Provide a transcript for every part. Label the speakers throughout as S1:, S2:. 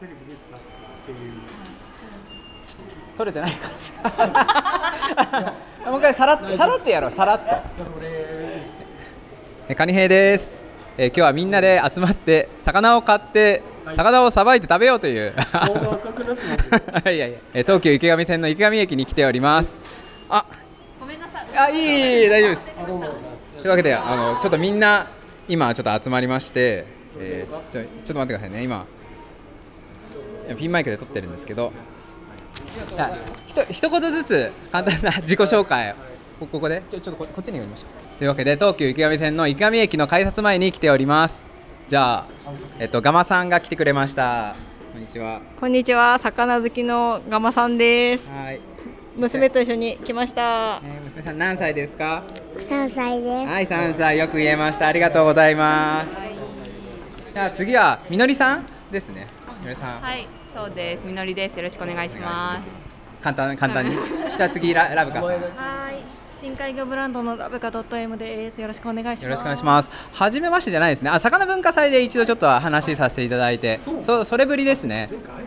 S1: テレビ出てたっていう
S2: 取れてないからさ もう一回さらっとさらっとやろうさらっとえカニ兵です、えー今日はみんなで集まって魚を買って魚をさばいて食べようという
S1: 顔が赤くなってますよ
S2: いやいや、 えー東急池上線の池上駅に来ておりますあ
S3: ごめんなさい。
S2: あいいいいいい大丈夫です
S1: あどうも
S2: というわけであのちょっとみんな今ちょっと集まりまして、えーちょちょちょっと待ってくださいね今いやピンマイクで撮ってるんですけどじゃあひと一言ずつ簡単な自己紹介をこここでちょちょっとここっちに寄りましょうというわけで東急池上線の池上駅の改札前に来ておりますじゃあえっとガマさんが来てくれましたこんにちは
S4: こんにちは、魚好きのガマさんです。
S2: はい、
S4: 娘と一緒に来ました。
S2: えー娘さん何歳ですか
S5: 三歳です。
S2: はい、三歳よく言えました。ありがとうございます。じゃあ次はみのりさんですね。みのりさん、
S3: はい、そうです。みのりです。よろしくお願いします。
S2: 簡単 簡単に。じゃあ次ララブカさん。よ
S6: はい、深海魚ブランドのラブカドット M です。よろしくお願いします。
S2: ろしくお願いします。はじめましてじゃないですね。あ、魚文化祭で一度ちょっと話しさせていただいて、
S1: そう
S2: そそれぶりですね。
S1: 前回会えてない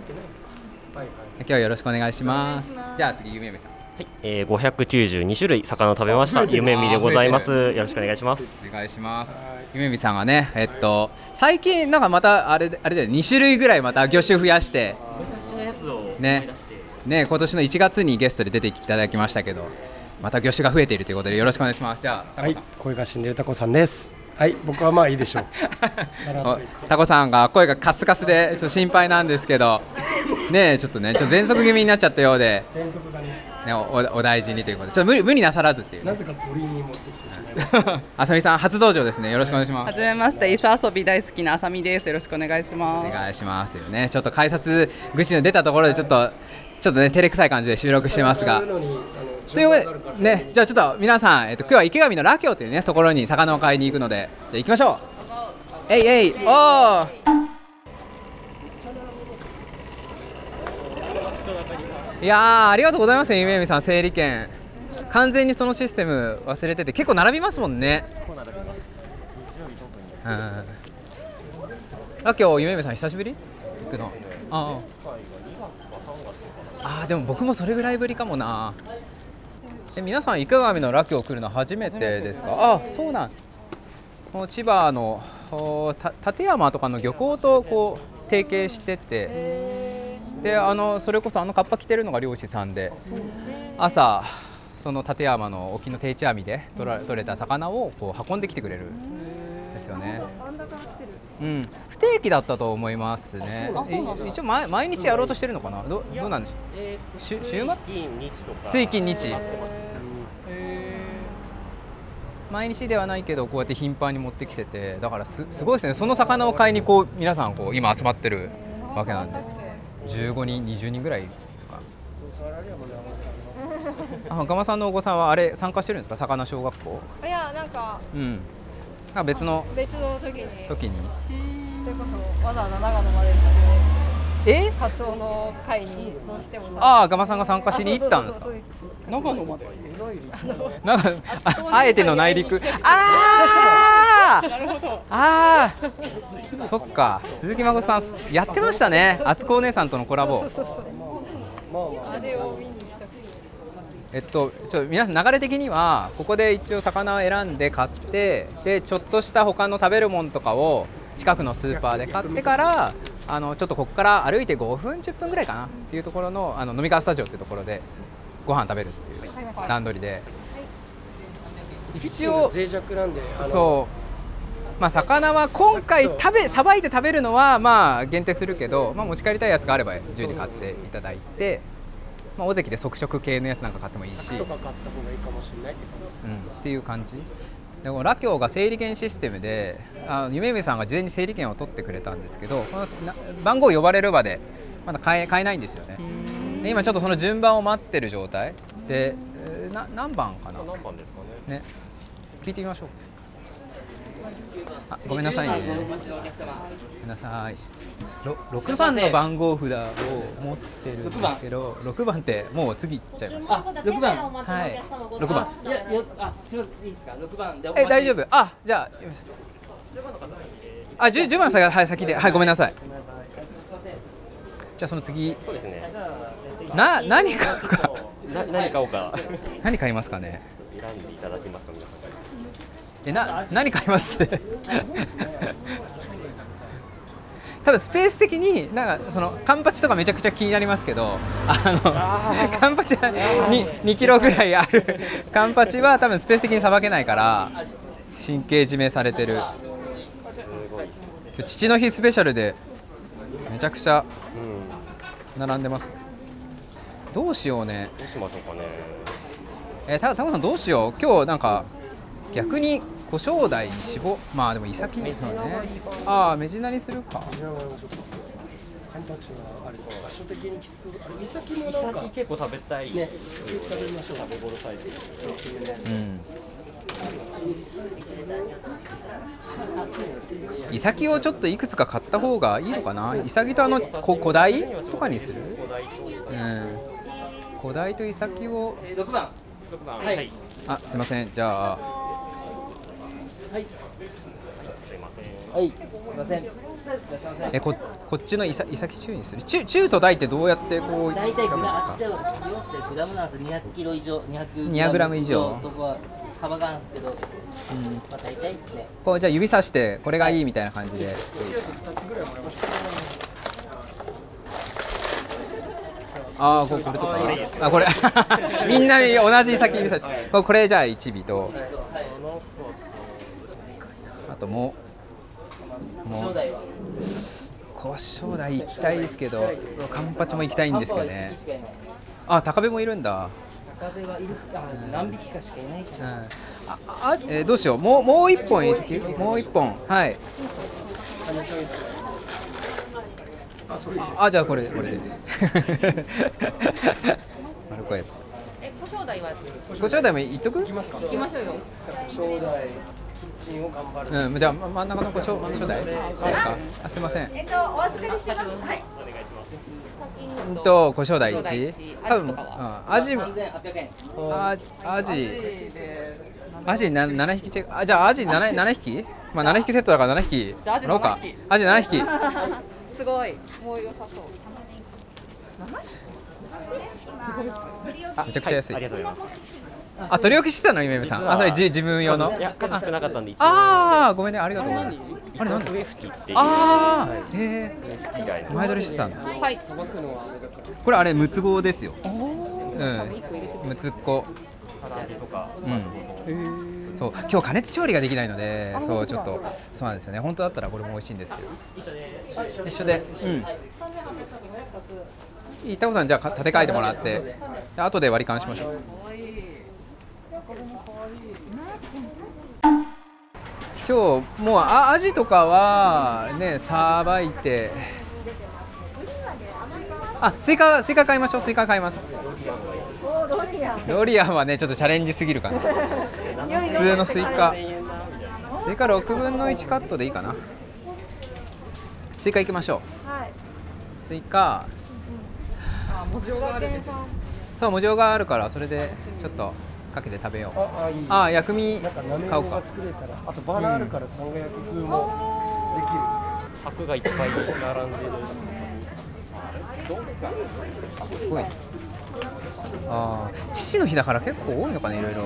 S1: はいはい
S2: 今日はよろしくお願いします。じゃあ次ゆめゆめさん。
S7: はい、えー、592種類魚を食べました。夢見でございます。よろしくお願いします。
S2: お願いします。ゆめみさんはね、えっと、最近なんかまたあれであれだよね、二種類ぐらいまた魚種増やして。ね、ね、今年の1月にゲストで出ていただきましたけど。また魚種が増えているということで、よろしくお願いします。じゃあ。
S8: はい、声が死んでるタコさんです。はい、僕はまあいいでしょう。さらっと
S2: お タコさんが声がカスカスでちょっと心配なんですけどねちょっとねちょっと喘息気味になっちゃったようで、
S8: 全速だね。
S2: ね、おおお大事にということでちょっと無理無理なさらずっていうね、
S8: なぜか鳥に持ってきてしまいまし
S2: あさみさん初登場ですねよろしくお願いします
S9: はじめまして、磯遊び大好きなあさみです。よろしくお願いしま
S2: お
S9: す。
S2: 願いしますというねちょっと改札口の出たところでちょっとちょっとね照れくさい感じで収録してます
S8: た。
S2: が
S8: なのに、あの、
S2: ということでねじゃあちょっと皆さん、えっと、今日は池上のラキョウというねところに魚を買いに行くのでじゃあ行きましょうえいえいおーいやーありがとうございますゆめゆめさん整理券完全にそのシステム忘れてて結構並びますもんねうんラキョウゆめゆめさん久しぶり行くのあああーでも僕もそれぐらいぶりかもなえ皆さん池上のラキョウ来るの初めてですかあそうなんもう千葉のおた館山とかの漁港とこう提携しててであのそれこそあのカッパ着てるのが漁師さんで朝その館山の沖の定置網で取ら取れた魚をこう運んできてくれるんですよね。うん、不定期だったと思いますね。い一応毎毎日やろうとしてるのかな。どどうなんでしょう。週週末水金日毎日ではないけどこうやって頻繁に持ってきててだからすすごいですねその魚を買いにこう皆さんこう今集まってるわけなんで15人20人ぐらいかあガマさんのお子さんはあれ参加してるんですか魚小学校
S5: いや、なんか
S2: うんなんか別の
S5: 別の時に、それこ
S2: 時に
S5: そわざわざ長野まで行っ
S2: え
S5: て、カツオの会にどうしてもさ、
S2: ああガマさんが参加しに行ったんですか
S5: そうそうそうそう
S9: 長野まで。
S2: なんかああえての内陸ああ
S9: なるほど。
S2: ああ、そっか、鈴木孫さん、やってましたね、あつこお姉さんとのコラボ。
S5: あれを見に来た。
S2: えっと、ちょ皆さん、流れ的には、ここで一応、魚を選んで買って、でちょっとした他の食べるもんとかを近くのスーパーで買ってから、あのちょっとここから歩いて5分、10分ぐらいかなっていうところのあの飲み会スタジオっていうところで、ご飯食べるっていう段取りで。一応
S8: 脆弱なんで。あの
S2: そうまあ魚は今回食べさばいて食べるのはまあ限定するけど、まあ、持ち帰りたいやつがあれば自由に買っていただいて、まあ、大関で即食系のやつなんか買ってもいいし、うん、
S8: と
S2: っ
S8: か買った方がいいかもしれないけど。
S2: ていう感じでもラキョウが整理券システムであのゆめゆめさんが事前に整理券を取ってくれたんですけどこのな番号呼ばれるまでまだ買え買えないんですよねで今ちょっとその順番を待ってる状態でえーな何番かな
S7: 何番ですかね。
S2: ね、聞いてみましょう。あ、ごめんなさいね。ごめんなさい。ろ六番の番号札を持ってるんですけど、六番ってもう次行っちゃいます。
S10: あ、六番。
S2: はい。六番。
S10: いや、よ、あ、すみません、いいですか、六番で。
S2: え、大丈。夫。あ、じゃあ。あ、十十番の先がはい先で、はいごめんなさい。
S10: すみません。
S2: じゃあその次
S7: そうですね
S2: な何買うか
S7: な何買おうか
S2: 何買いますかね
S7: 選んでいただけますか皆さん
S2: えな何買います 多分スペース的になんかそのカンパチとかめちゃくちゃ気になりますけどあのカンパチはに2キロぐらいあるカンパチは多分スペース的にさばけないから神経締めされてる今日父の日スペシャルでめちゃくちゃ
S7: うん
S2: 並んでますどうしようね
S7: どうしましょうかね
S2: えー、たタコさんどうしよう今日なんか逆に胡椒台に絞まあでも潔いのねああ目地なりするか
S8: じゃあ参りましょうかカンパチはあれですね場所的にきつあれイサキもなんか
S7: 先結構食べたい
S8: ね食べましょう食べ頃サイズ
S2: うん潔をちょっといくつか買った方がいいのかな潔とあのこ古代とかにするうん古代と潔を
S10: えー、6番
S7: 6番はい、はい、
S2: あすいませんじゃあ
S7: すいません
S10: はいすいませんいらっしゃいませ
S2: えここっちのいさ潔中にする中中と大ってどうやってこう
S10: 大体
S2: 選
S10: グ
S2: ぶんです
S10: ラ
S2: か
S10: ムで量してグラムなんです200キロ以上200
S2: 200グラム以上
S10: とこは幅があるんですけど、まあ大体ですね
S2: こうじゃあ指さしてこれがいいみたいな感じでああこうこれとかあこれ みんな同じ先指さしてこうこれじゃあ1尾とあともうも
S10: 兄
S2: う
S10: 弟は
S2: 胡椒台行きたいですけどカンパチも行きたいんですけどね
S10: しかいない
S2: あ高部もいるんだ
S10: 高部はいるあ何匹かしかいないか
S2: うんああえーどうしようもうもう一本いいですかもう一本はいああじゃあこれこれで 丸こやつ
S3: え、胡椒台は
S2: ごちらでもいっとく
S3: 行きましょうよ。
S1: 将来キッチンを頑張る
S2: うんじゃあま真ん中のごちょごちょうだいですかあすいません
S6: えっと、お預かりしてます。はい。
S2: うんと胡椒台
S3: 胡椒台
S2: 一
S3: 一
S2: 多分う
S3: アジと
S2: ん
S3: か
S2: アジも
S10: 3800円
S2: アジアジアジな7匹チェックあじゃあアジ 7, 7匹まあ7匹セットだから7匹
S9: じゃあアジ
S2: もらおうか
S9: 7匹
S2: アジ7匹
S9: すごい、もう良さそう。
S2: あめちゃくちゃ安い
S7: ありがとうございま
S2: あ取り置きしてたのゆめみさんあそれじ自分用の
S7: すいや数少なかったんで一応
S2: ああごめんねありがとうございますあれ何です
S7: 上
S2: か
S7: 吹きっていう
S2: ああえ
S7: 以外
S2: ー、
S7: の
S2: 前撮りしてたんだ
S9: はい、
S2: これあれムツゴですようんムツゴ
S7: 唐揚げとか
S2: うんそう今日加熱調理ができないのでそうちょっとそうなんですよね本当だったらこれも美味しいんですけど一緒でうんいいタコさんじゃあか立て替えてもらってで後で割り勘しましょう今日もうあアジとかはねさばいてあスイカスイカ買いましょうスイカ買いますロリアンはねちょっとチャレンジすぎるかな普通のスイカスイカ6分の1カットでいいかなスイカ行きましょ
S6: はい。
S2: うスイカそう文字があるからそれでちょっとかけて食べよう
S8: ああいい
S2: ああ薬味
S8: なんかなめ
S2: 買
S8: ろ
S2: おう
S8: う
S2: か
S8: が作れたらあとバラあるから三が焼き風もできる
S7: 柵がいっぱい並んでる
S2: すごいああ父の日だから結構多いのかねいろいろ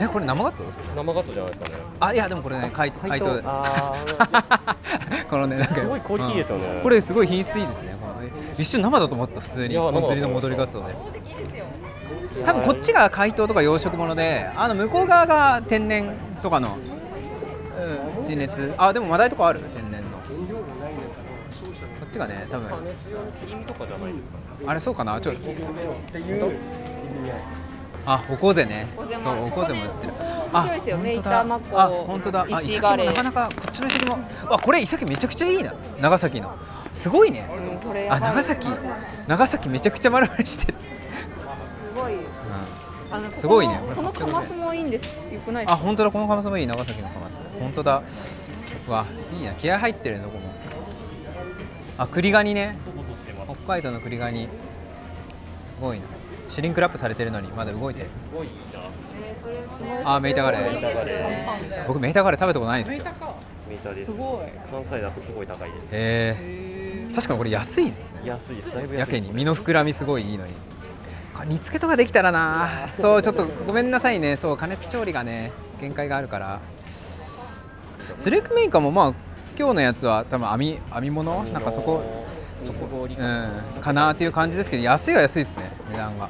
S2: えこれ生ガツオ
S7: 生ガツオじゃないですかね
S2: あいやでもこれね解凍解
S7: 解
S2: 凍
S7: 凍
S2: で
S7: あ
S2: このねなんか
S7: すごいクオリティですよね
S2: うんこれすごい品質いいですねこの一瞬生だと思った普通に
S7: いや
S2: 本釣りの戻りガツオで多分こっちが解凍とか養殖ものであの向こう側が天然とかの、うん、陳列あでもマダイとかある天然のこっちがね多分
S7: クリームとかじゃないですか
S2: あれそうかなちょっとあおこぜねそうおこぜもやってる
S3: 面
S2: あ
S3: 白いですよね
S2: 本当
S3: 板
S2: だ
S3: マコ
S2: あ本当だあ
S3: 石
S2: イ
S3: ガ
S2: サキ
S3: レ
S2: も
S3: イ
S2: なかなかこっちのイサキもあこれイサキめちゃくちゃいいな長崎のすごいねあ長崎長崎めちゃくちゃ丸々してる、
S3: すごい。あの
S2: すごいね
S3: このこのカマスもいいんです。よくな
S2: う
S3: い
S2: ん、
S3: ですか。
S2: あ本当だこのカマスもいい長崎のカマス本当だうわいいな気合入ってるねどこもあ栗ガニね北海道の栗ガニすごいなシュリンクラップされてるのにまだ動いてる
S7: すごいな
S3: えーそれもね
S2: あメイタガレ
S3: いいですよね。
S2: 僕メーターガレー食べたことないんですよ
S7: メーターですすごい関西だとすごい高いです
S2: へえ確かにこれ安いですね
S11: 安いですだいぶ安いです
S2: やけに身の膨らみすごいいいのにこれ煮付けとかできたらなそうちょっとごめんなさいねそう加熱調理がね限界があるからスレークメーカーもまあ今日のやつは多分編み編み物なんかそこそこ、うん、かなっていう感じですけど安いは安いですね値段 が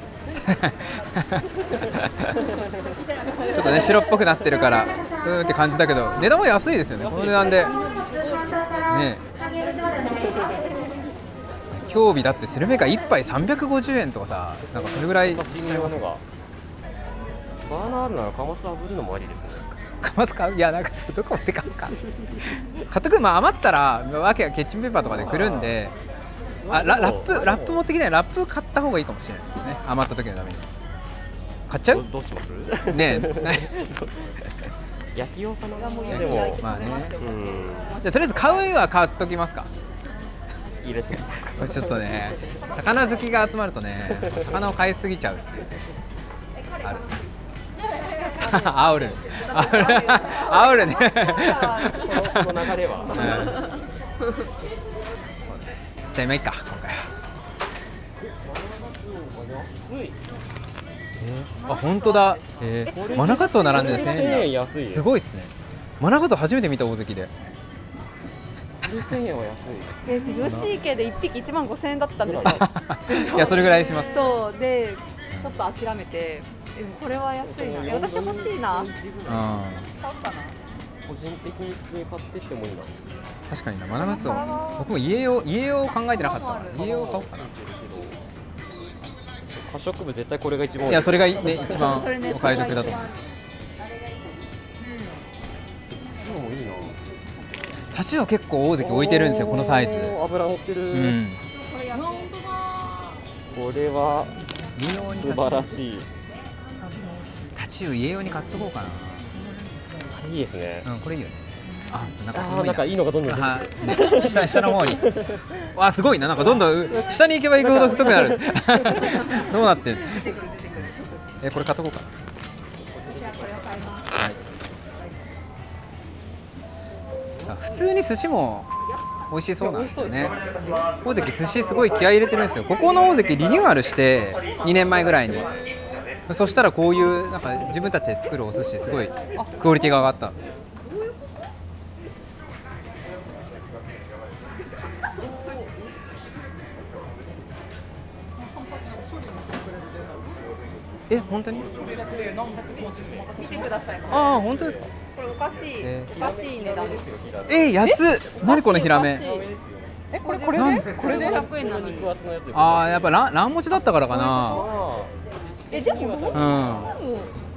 S2: ちょっとね白っぽくなってるからうーんって感じだけど値段も安いですよねこの値段でね今日日だってスルメが1杯350円とかさなんかそれぐらい
S12: 刺身用のがバーナーあるならカマス炙るのもありですね
S2: かますかいやなんかそれどこまで買うか買っとくまあ余ったらわけがキッチンペーパーとかでくるんであララップラップ持ってきないラップ買った方がいいかもしれないですね余った時のために買っちゃう
S12: どうします
S2: ねえない
S12: 焼き用かな
S2: 焼き用
S12: でも
S2: まあね
S12: うん
S2: じゃあとりあえず買うは買っときますか
S12: 入れてます
S2: これちょっとね魚好きが集まるとね魚を買いすぎちゃうっていうねあるっすね 煽 る煽る煽るね
S12: このこ の流れは
S2: うんじゃあ今いいか今回は
S12: 安い
S2: あ本当だ、えー、マナカツオ並んでるんです
S12: 1000円
S2: ね
S12: 安いよ
S2: すごいですねマナカツオ初めて見た大関 で
S12: 1000円は安
S9: え女子池で1匹1万5000円だったんですよ
S2: いやそれぐらいします
S9: そうでちょっと諦めてでもこれは安いなえ私欲しいな
S2: うん
S9: 買おうかない
S12: 個人的に普通に買ってってもいいな
S2: 確かになマナカツオ僕も家用家用考えてなかったな家用買おうかな
S12: 可食部絶対これが一番多
S2: いやそれがいね一番お買い得だと思う
S12: 今もいいな
S2: タチウオ結構大関置いてるんですよこのサイズ
S12: おー油乗ってる、
S2: うん
S12: これは素晴らしい
S2: タチウオ家用に買っとこうか
S12: いいですね
S2: なうんこれいいよねあなんか
S12: あ
S2: も
S12: ー
S2: う
S12: なんかいいのがどんどん出て
S2: あはいね下下の方にわあすごいななんかどんどんう下に行けば行くほど太くなるどうなってるえこれ買っとこうかはいあ普通に寿司も美味しそうなんですよね大関寿司すごい気合い入れてるんですよここの大関リニューアルして2年前ぐらいにそしたらこういうなんか自分たちで作るお寿司すごいクオリティが上がったえ本当に
S9: 見てください
S2: ああ本当ですか
S9: これおかしい、
S2: えー
S9: おかしい値段
S2: えー、安っ何このヒラメ
S9: えこれ
S2: これでこれで
S9: 500円なのに
S2: ああやっぱランラン持ちだったからか
S9: えでも
S2: な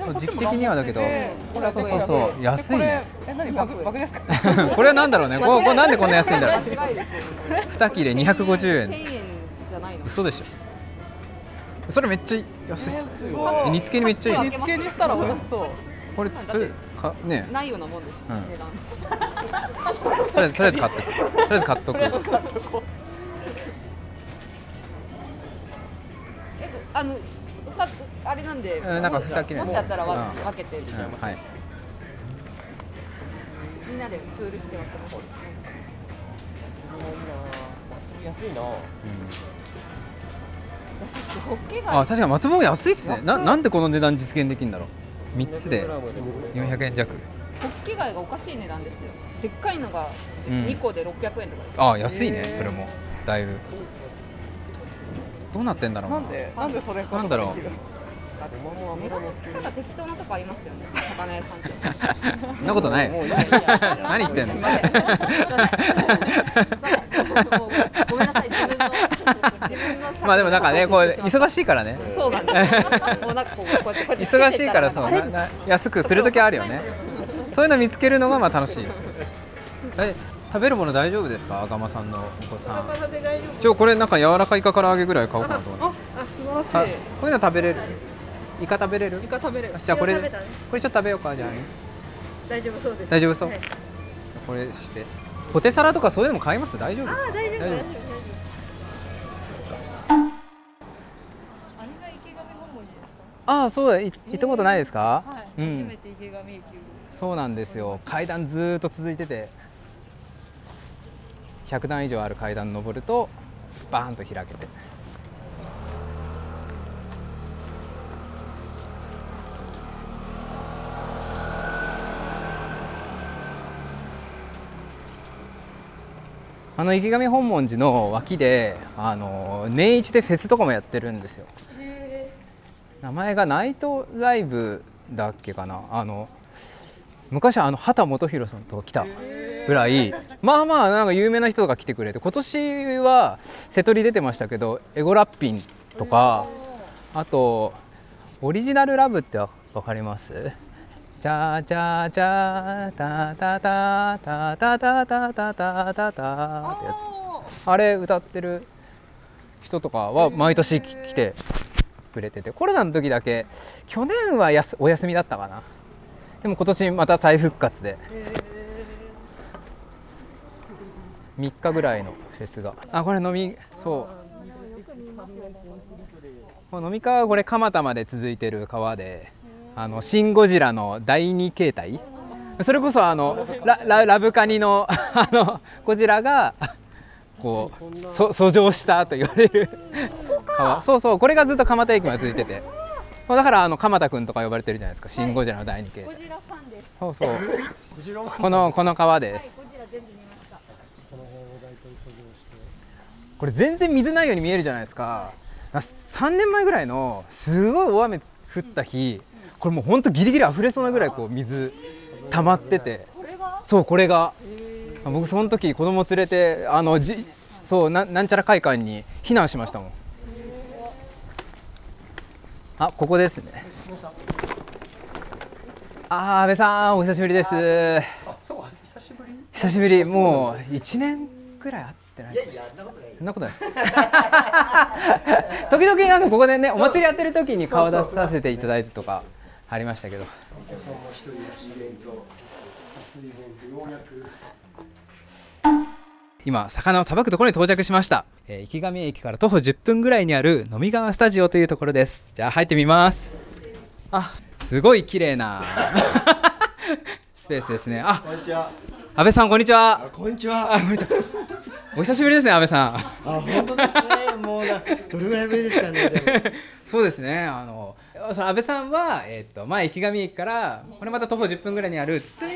S2: うん時期的にはだけどそうそうそう安いね
S13: え、何バ グバグですか？
S2: これはなんだろうねこうこうなんでこんな安いんだろう
S9: 間違いですよこれ
S2: 2切れ250円
S9: 1000円じゃないの
S2: 嘘でしょそれめっちゃ安いっすねえ煮付けにめっちゃいい
S9: 煮付けにしたら美味しそう
S2: これとりかね
S9: ないようなもんです、
S2: うん
S9: 値段
S2: とりあえずとりあえず買っとくとりあえず買っとく
S9: えあの二つあれなんで、
S2: うんなんか二切れ
S9: もしあったらわ
S2: うん
S9: 分けて、
S2: うんはい
S9: みんなでプールして分けます
S12: 安いな
S9: ホッケが
S2: あ確かに松本安いっすねななんでこの値段実現できるんだろう3つで400円弱
S9: ホッケ貝がおかしい値段でしたよでっかいのが
S2: うん
S9: 2個で600円とかです、
S2: あ安いねそれもだいぶどうなってんだろうな
S13: なんでなんでそれこそ
S2: なんだろう
S9: 値段の付け方適当なとこありますよね魚屋さん って
S2: そんなことない
S9: もうもう
S2: 何言ってんの
S9: すいませんすいませんもうごめんなさい自分の自分の
S2: まあでもなんかねこう忙しいからね
S9: そうなんですもうなんかこうこうやってこうやってつけてた
S2: 忙しいからそう
S9: なん
S2: なな安くする時あるよねそういうの見つけるのがまあ楽しいですえ食べるもの大丈夫ですか赤間さんのお子さん
S14: で大丈
S2: 一応これなんか柔らかいイカから揚げぐらい買おうかなと思って
S14: 夫あ、あ素晴
S2: あ
S14: らしい
S2: こういうの食べれるイカ食べれる
S14: イカ食べれる
S2: じゃあこれ
S14: イ
S2: こ
S14: カ
S2: れ
S14: 食
S2: ち
S14: べ
S2: ょ
S14: たね
S2: っと食べようかじゃあね
S14: 大丈夫そうです
S2: 大丈夫そう
S14: はい
S2: これしてポテサラとかそういうのも買います大丈夫
S14: あ
S2: ですか
S14: ー大丈夫大丈夫大
S2: です
S14: 丈
S2: か
S14: 夫
S2: ああそうだい行ったことないですか、
S14: はい、
S2: うん
S14: 初めて池上駅を
S2: そうなんですよ階段ずーっと続いてて100段以上ある階段登るとバーンと開けてあの池上本門寺の脇であの年一でフェスとかもやってるんですよ名前がナイトライブだっけかなあの昔はあの畑基博さんとか来たぐらいまあまあなんか有名な人とか来てくれて今年は瀬戸り出てましたけどエゴラッピンとかあとオリジナルラブってわかりますチャチャチャタタタタタタタタタタタってやつあれ歌ってる人とかは毎年き来てくれててコロナの時だけ去年はやすお休みだったかなでも今年また再復活で3日ぐらいのフェスがあこれ飲みそうこの飲み会はこれ蒲田まで続いてる川であのシン・ゴジラの第2形態それこそあのラララブカニのあのゴジラがこうそ遡上したと言われる川そうそうこれがずっと蒲田駅まで続いててもうだからあの蒲田くんとか呼ばれてるじゃないですか「シン・ゴジラの第2形態」
S5: ジラファンです。
S2: そうそうこのこの川です
S5: ゴジラ全部見ました。
S2: これ全然水ないように見えるじゃないですか3年前ぐらいのすごい大雨降った日これもうほんとギリギリ溢れそうなぐらいこう水溜まっててそうこれが僕その時子供連れてあのじそうななんちゃら会館に避難しましたもんあここですねあー安倍さんお久しぶりです
S1: あそう久しぶり
S2: 久しぶりもう1年くらい会ってない
S10: いやいや、そんなことないよ
S2: そんなことないです か時々なんかここでねお祭りやってる時に顔出させていただいてとかありましたけど
S1: お客さんも一人だしイベント初イベントようやく
S2: 今魚をさばくところに到着しました、えー、池上駅から徒歩10分ぐらいにある飲み川スタジオというところですじゃあ入ってみますあすごい綺麗なスペースですねあ
S1: こんにちは
S2: 安倍さんこんにちは
S1: こんにちは
S2: あこんにちはお久しぶりですね安倍さん
S10: あ、本当ですね。もうな、どれぐらいぶりですかね。でも
S2: そうですね。あの、その安倍さんは、えっ、と、前池上駅から、これまた徒歩10分ぐらいにある。包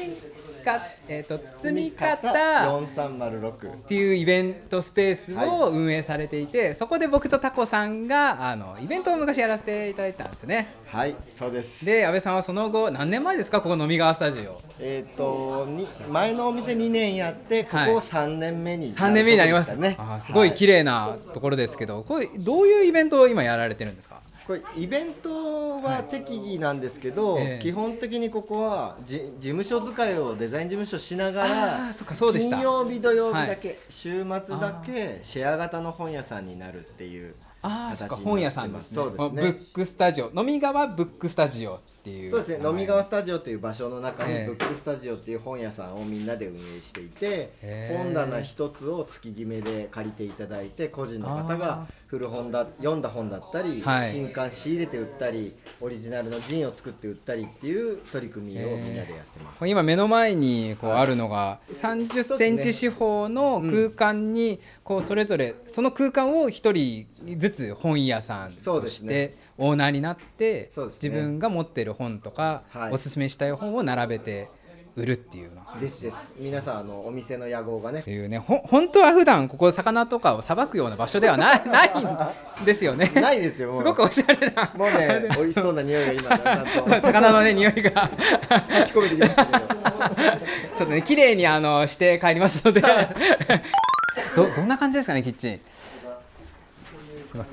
S2: みか、えっ、と、包み方。っ
S10: 四三丸六。
S2: ていうイベントスペースを運営されていて、そこで僕とタコさんが、あの、イベントを昔やらせていただいてたんですよね。
S10: はい、そうです。
S2: で、安倍さんはその後、何年前ですか、ここ飲み川スタジオ。
S10: えっ、と、に、前のお店二年やって、こ
S2: はい
S10: こ三年目に、
S2: 3年目になります
S10: とこ
S2: ね
S10: で。
S2: あーすごい綺麗なところですけど、これ、どういうイベントを今やられてるんですか。
S10: これイベントは適宜なんですけど、
S2: ええ
S10: 基本的にここはじ事務所使いをデザイン事務所しなが
S2: あー
S10: ら
S2: そっかそうでした
S10: 金曜日土曜日だけ、週末だけシェア型の本屋さんになるっていう
S2: ああ、
S10: 形
S2: そ
S10: に
S2: っ
S10: な
S2: か、
S10: ってます
S2: 本屋さんですね。
S10: そうですね
S2: ブックスタジオ、飲み川ブックスタジオっていう。
S10: そうですね
S2: 名
S10: 飲
S2: 前
S10: み川スタジオという場所の中
S2: ええ
S10: にブックスタジオっていう本屋さんをみんなで運営していて、
S2: へえ
S10: 本棚一つを月決めで借りていただいて個人の方が古本だ読んだ本だったり、
S2: はい
S10: 新刊仕入れて売ったりオリジナルのジンを作って売ったりっていう取り組みをみんなでやってます。
S2: これ今目の前にこうあるのが3 0ンチ四方の空間にこうそれぞれその空間を1人ずつ本屋さん
S10: そう
S2: と
S10: です
S2: し
S10: ね
S2: てオーナーになって
S10: そうです
S2: 自
S10: ね
S2: 分が持ってる本とか
S10: はい
S2: おすすめしたい本を並べて売るっていうような感
S10: で
S2: じ
S10: すです皆さんあのお店の屋 号がね
S2: っていうねほ本当は普段ここ魚とかをさばくような場所ではないないんですよね。
S10: ないですよもう
S2: すごくおしゃれな
S10: もうね美味しそうな匂いが今だんだんと
S2: 魚のね匂いが
S10: 立ち込めてきましたけど。
S2: ちょっとね綺麗にあのして帰りますのでどどんな感じですかねキッチンすごい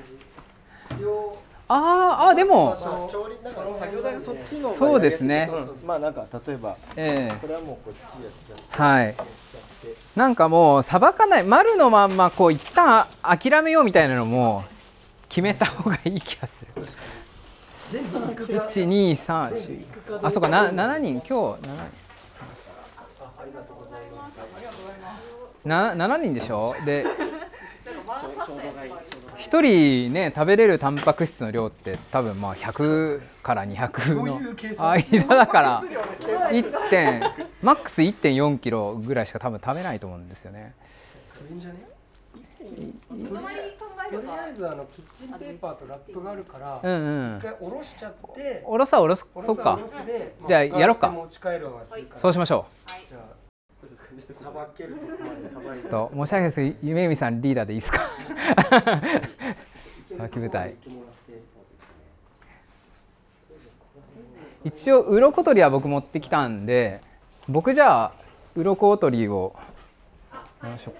S2: あーあーでも
S10: まあ、調理だから作業台がそっちの方が
S2: そうですね
S10: やりやいけどまあなんか例えば
S2: ええ
S10: これはもうこっちやっちゃって
S2: はいなんかもうさばかない丸のまんまこう一旦あ諦めようみたいなのも決めた方がいい気がする1234あそうかな7人今日7人な7人でしょで1人ね食べれるタンパク質の量って多分まあ100から200の間だから1点マックス1 4キロぐらいしか多分食べないと思うんですよね
S8: れいいんじゃねとりあえずあのキッチンペーパーとラップがあるから
S2: うんうん
S8: 一回おろしちゃって
S2: おろさおろす
S8: お
S2: そ
S8: ろ
S2: っ
S8: さ
S2: か
S8: おろすでま
S2: じゃあ
S8: 保管
S2: やろっか
S8: して持ち帰るはするから
S2: そうしましょ
S8: じゃあさばけるとこまでさばいう
S2: ちょっと申し訳ないですけど夢海さんリーダーでいいですかさばき舞台一応鱗取りは僕持ってきたんで僕じゃあ鱗取りをやりましょう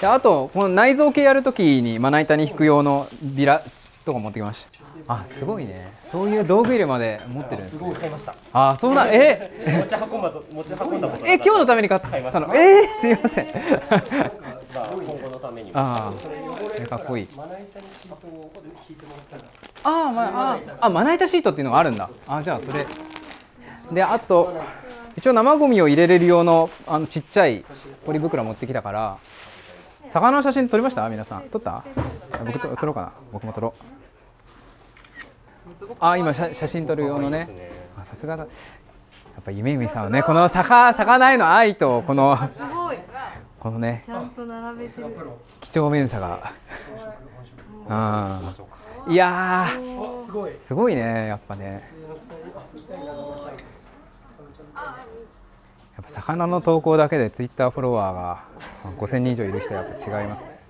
S2: であとこの内臓系やるときにまな板に引く用のビラとか持ってきましたあすごいねそういう道具入れまで持ってるんです、ね、すごい買いましたあそうなんえ
S7: 持ち運んだと持ち運んだこと
S2: え今日のために買ったのえー、すいません
S7: 今後のために
S2: ああかっこいいあー、まああーあまな板シートっていうのがあるんだあじゃあそれであと一応生ゴミを入れれる用のあのちっちゃいポリ袋持ってきたから魚の写真撮りました皆さん撮った僕と撮ろうかな僕も撮ろうあ今写写真撮る用のねあさすがだやっぱ夢見さんはねこの魚魚への愛とこの
S4: すごい。
S2: このね
S4: ちゃんと並べてる。
S2: 几帳面さが。うんいや
S8: あすごい
S2: ー、すごいね、やっぱね。やっぱ魚の投稿だけでツイッターフォロワーが5000人以上いる人はやっぱ違いますね。うん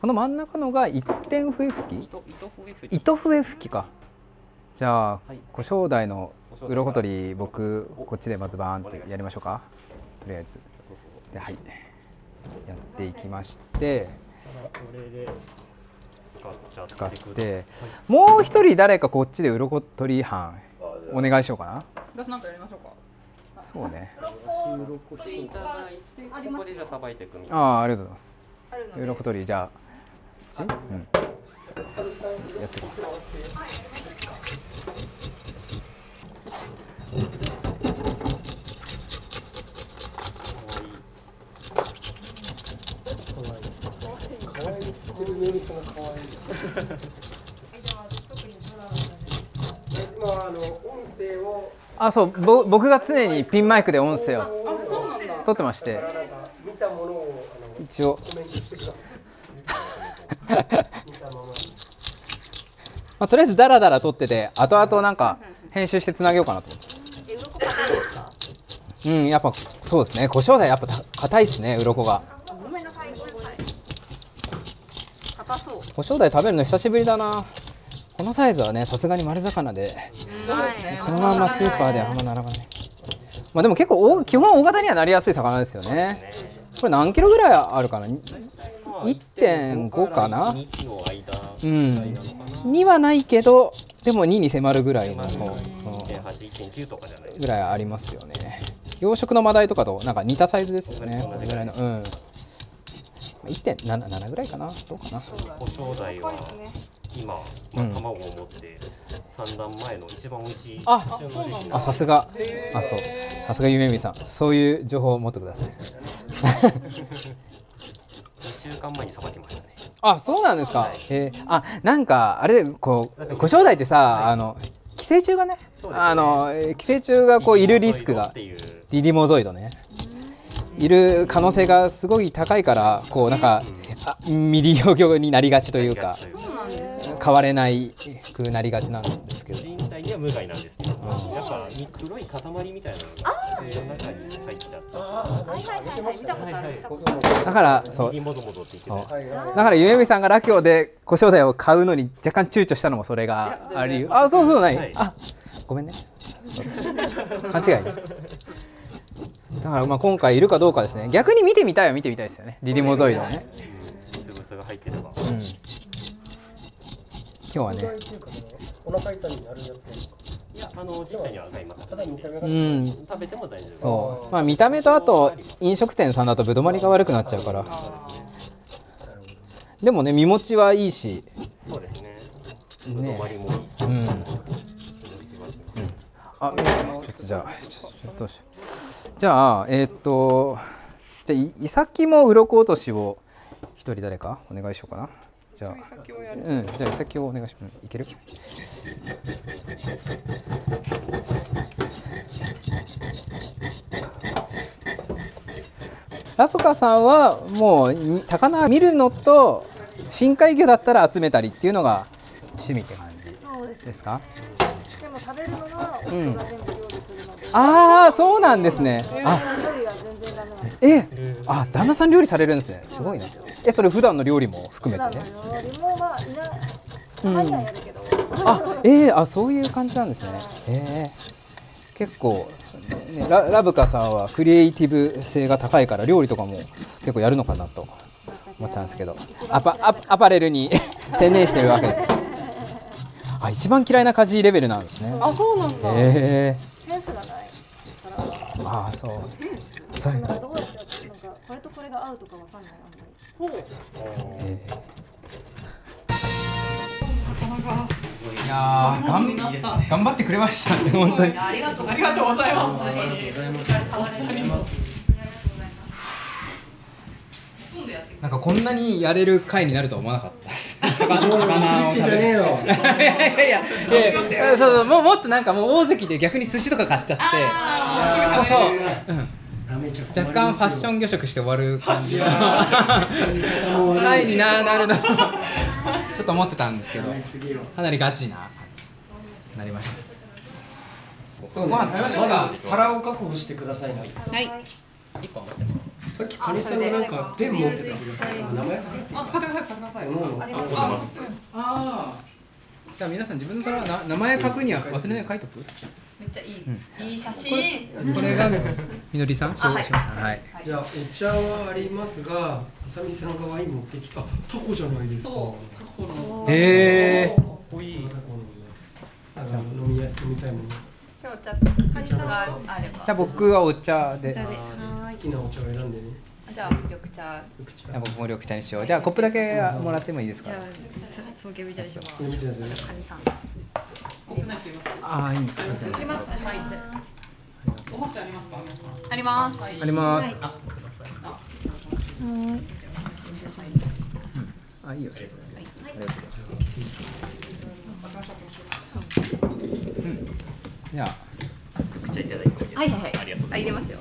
S2: この真ん中のが一点笛吹き
S7: 糸糸笛吹
S2: 糸笛吹きか。じゃあ、
S7: はい
S2: 小正代の鱗取り、僕、こっちでまずバーンってやりましょうか。とりあえず。で、はい。やっていきまして。
S7: これで使
S2: 使ってもう一人誰かこっちで鱗取り班お願いしようか
S9: 私なんかやりましょうか。
S2: なそうね
S7: いただいてここでじゃあさばいていくみたいな
S2: ああありがとうございます鱗取りじゃあこっちうんやっていこ
S8: 今あの音声
S2: う
S8: を
S2: あそうぼ僕が常にピンマイクで音声を
S9: あ、そうなんだ。
S2: 撮ってまして
S8: なんか見たものをあの
S2: 一応
S8: コメントしてください見たままに
S2: まあ、とりあえずダラダラ撮ってて後々なんか編集してつなげようかなと思ってうんやっぱそうですね胡椒だやっぱた硬いですね鱗がごめんなさい硬そう胡椒だ食べるの久しぶりだなこのサイズはねさすがに丸魚でそのまんまスーパーではあんま並ばないまあでも結構大基本大型にはなりやすい魚ですよねこれ何キロぐらいあるかなに1.5かな
S7: 2期の間
S2: うん2はないけどでも2に迫るぐらいの
S7: 1.8、1.9とかじゃない
S2: ぐらいありますよね養殖のマダイとかとなんか似たサイズですよねこれぐらいのうん1.77ぐらいかなどうかな
S7: 胡椒台は今、ま
S2: う
S7: あ、
S2: ん
S7: 卵を持って産卵前の一番美味しい
S2: あ
S7: 旬の時期に
S2: あさすがあそうさすがゆめみさんそういう情報を持ってください
S7: 2週間前にさばきましたね
S2: あそうなんですかへえあなんかあれこう胡椒鯛ってさあの寄生虫がね
S7: そうですね
S2: あのえー寄生虫がこういるリスクが
S7: っていう
S2: リリモゾイドねいる可能性がすごい高いからこうなんかあ未利用魚になりがちというか
S9: そうなんですね。
S2: 買われないくなりがちなんですけど
S7: 人体には無害なんですけど、やっぱ黒い塊みたいなのが中に入っちゃって、
S2: だからそう
S7: にもぞもぞって言ってた
S2: だからゆめみさんがラキョウで胡椒鯛を買うのに若干躊躇したのもそれがありあそうそうない、
S7: はい
S2: あごめんね勘違いねだからまあ今回いるかどうかですね逆に見てみたいは見てみたいですよねリリモゾイドをね、
S7: り、つぶつが入ってれば。
S2: うん、今日はね
S8: お腹痛みになるやつ
S7: いや、あの、人体には合います。
S8: ただ見た目が
S2: うん
S7: 食べても大丈夫。
S2: そうまあ見た目とあと飲食店さんだとぶどまりが悪くなっちゃうからでもね身持ちはいいし、
S7: そうですね。ぶど
S2: ね
S7: まりもいいし、
S2: うん、
S7: 伸びしますね
S2: あちょっとじゃあちょっとどうしようじゃあえーっとじゃあいイサキも鱗落としを一人誰かお願いしようかなじゃあうんじゃあイサキをお願いしますいけるラプカさんはもうに魚見るのと深海魚だったら集めたりっていうのが趣味って感じですか
S5: でも食べるものは
S2: う
S5: 夫
S2: ん
S5: が全部料理するので、
S2: ああそうなんですねあ
S5: 料理は全然ダメなんです。
S2: えあ旦那さん料理されるんですねすごいなえそれ普段の料理も含
S5: 普
S2: め
S5: 段
S2: てね
S5: の料理もまあいない、
S2: う
S5: た
S2: ん
S5: まにはやるけど、
S2: あえー、あそういう感じなんですねえー、結構、ね、ララブカさんはクリエイティブ性が高いから料理とかも結構やるのかなと思ったんですけどアパアアパレルに 専念してるわけですあ一番嫌いな家事レベルなんですねあそうなんだえ
S5: センスがない。
S2: ー、ああそうそう
S5: なんかどうやってなんかこれとこれが合うとかわかんない。あんまり
S2: えーいやーがん頑張ってくれましたね本当に
S9: ありがとうありがとうございます。本当に
S2: なんかこんなにやれる回になるとは思わなかった です。魚魚を食べる。い
S8: よ
S2: やいやいやいやいや、そうそうもうもっとなんかもう大関で逆に寿司とか買っちゃって、そうそう、うん、若干ファッション魚食して終わる感じが回にななるのちょっと思ってたんですけど、かなりガチな感じになりました。まあまだ
S8: 皿を確保してくださいな
S9: はい。
S8: さっきカニさんがなんかペン持ってた気がする名前
S9: あ使ってください使ってください。
S2: じゃあ皆さん自分の皿はな名前書くには忘れないように書いとく。
S9: めっちゃいい、いい写真。
S2: これがみのりさん、しょうしょうさんはい。
S8: じゃあお茶はありますがあさみさんがワイン持ってきたタコじゃないですか
S9: そう。タコの
S2: へえ。
S7: こいい
S8: タコ飲みますあの飲みやす飲みたいもの
S9: ちょちゃカニさんがあれば。
S2: じゃあ僕はお茶で、じゃ
S8: 好きなお茶を選んでね
S9: じゃあ緑茶。
S8: 緑茶
S2: あ僕も緑茶にしよう。じゃあコップだけもらってもいいですか。
S6: 送迎ビジョンします。
S8: 飲みたいですよね
S9: カニさん。
S2: ああいいんですか。すいません
S9: はい。お箸ありますか。あります。
S2: あります。あいいよ。それありがとうございます。うん。じゃあ
S7: くちゃいただいてもいいですか
S9: はいはいはい
S7: ありがとうござ
S9: あ
S7: い
S9: 入
S7: ま
S9: れますよ。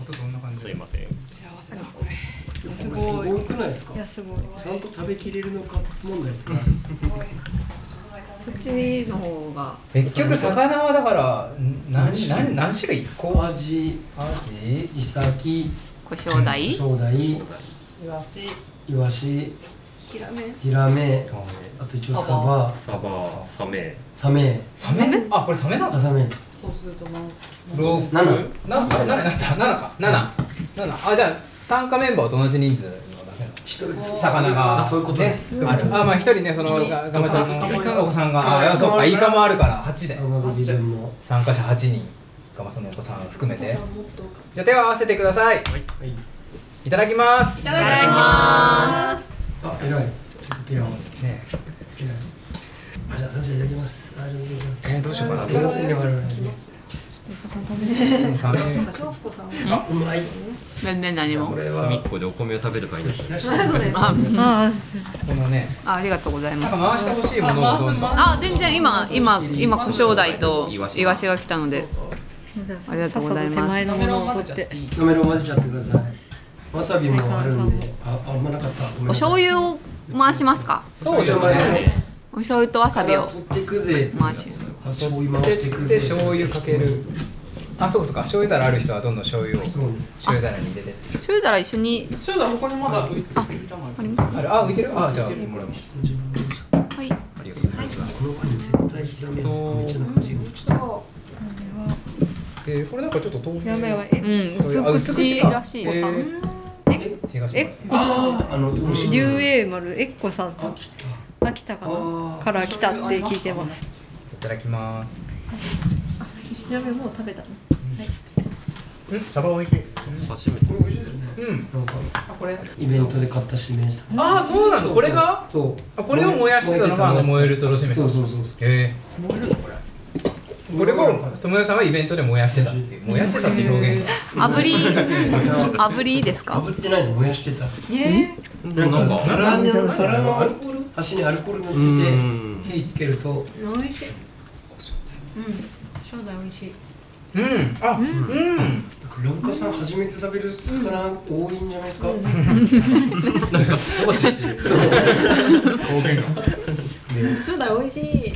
S2: 音どんな感
S7: す
S2: じ
S7: すいません
S8: すごい。くないですか。いやすごい。ちゃんと食べきれるのか問題です から。
S9: そっちの方が。
S2: 結局魚はだから何何何種類？こう
S8: アジ、
S2: アジ、
S8: イサキ、
S9: 胡椒大。
S8: ショウダイ、イワシ、ヒラメ、ヒラメ、あと一応サバ、
S7: サバサメ
S8: サメ、
S2: サメ？あこれサメなん
S8: あ
S2: ですか
S8: サメ。
S2: 六
S8: 七
S2: なあれ何だった七か七七あじゃあ参加メンバーと同じ人数のだけの
S8: 一人です
S2: 魚が
S8: そういうことです。
S2: ね、あるあまあ一人ねそのががまちゃんのお子さんがあいやそうかイカもあるから八で
S8: 生ビビンも。
S2: 参加者八人がまさんのお子さん含めてじゃあ手を合わせてください
S8: はい。
S2: いただきますいただ
S9: ただきます。
S8: あ偉い。ちょっと手を合わせて。
S2: ね
S8: 偉い。あじゃあサメちゃんいただきます。あじゃあいただきます。
S2: えーどうしようかな
S8: すみませんね我々ね。
S2: サメ
S8: うまい。
S9: 全然何も
S8: こ。れ
S7: 隅
S8: は
S7: っ。こでお米を食べる会になっ
S8: いらっしゃいませ。
S9: あ、
S4: あ
S2: このね
S9: あありがとうござ
S2: な
S9: い
S2: ん
S9: ます。
S2: か回してほしいものをどんどん
S9: あ、全然今今今胡椒大と
S7: イ
S9: イ
S7: ワ
S9: ワ
S7: シ
S9: シが来たので。
S4: あ
S9: ありがとうございます
S4: 手前のものを取って
S8: カメラを混ぜちゃってください。わさびもあるんで、あ、あんまなかった。ごめん
S9: お
S8: なさい
S9: 醤。油を回しますか。
S2: そうですね
S7: て
S9: お醤油とわさびを
S8: 取ってくぜ。
S9: 回し。
S8: あ醤油回
S2: で
S8: してく
S2: で
S8: ぜ。
S2: 醤油かけるあそうかそうか醤油皿ある人はどんどん醤油を
S8: そうね。
S2: 醤油皿に入れてって
S9: 醤油皿一緒に。
S2: あるあ浮いてるあじゃあもらいます
S9: はい。
S2: ありがとうございます
S8: このパン絶対ひらめめっちゃなんか違う。
S2: えーこれなんかちょっと豆腐
S9: うん、薄
S2: あ薄口
S9: 口
S2: から
S9: しいです。
S2: 東村さん
S8: ああ、あの、美味しい。
S4: 竜英丸えっこさんと秋田か
S8: あ
S4: なから来たって聞いてます
S2: いただきます。ヒラメもう食べたの。うん、サバ美味しい。
S7: 初めて
S2: うん。
S8: なんか、
S2: あ、これ。
S8: イベントで買ったしめんさ。
S2: あー、そうなの。これが。
S8: そう。
S2: あ、これを燃やしてたのが、あの燃えるとろしめさ
S8: そ
S2: ん。
S8: う
S2: へ
S8: そうそうそ
S2: え。
S8: う。
S2: これを、友よさんはイベントで燃やしてたっていう。燃やしてたっていう表現。
S9: 炙り、炙りですか。
S8: 炙ってないじゃん、燃やしてた。
S7: な
S8: なんん
S7: か
S8: か、皿に、
S1: なんか
S8: 皿のアルコール、端にアルコール
S7: う
S8: 塗って
S7: ん
S8: て、火つけると。
S2: ううんあうん、
S8: ラムカさん初めて食べる魚多いんじゃないですか。
S2: なんか飛ばしいし方言が
S6: 初代美味しい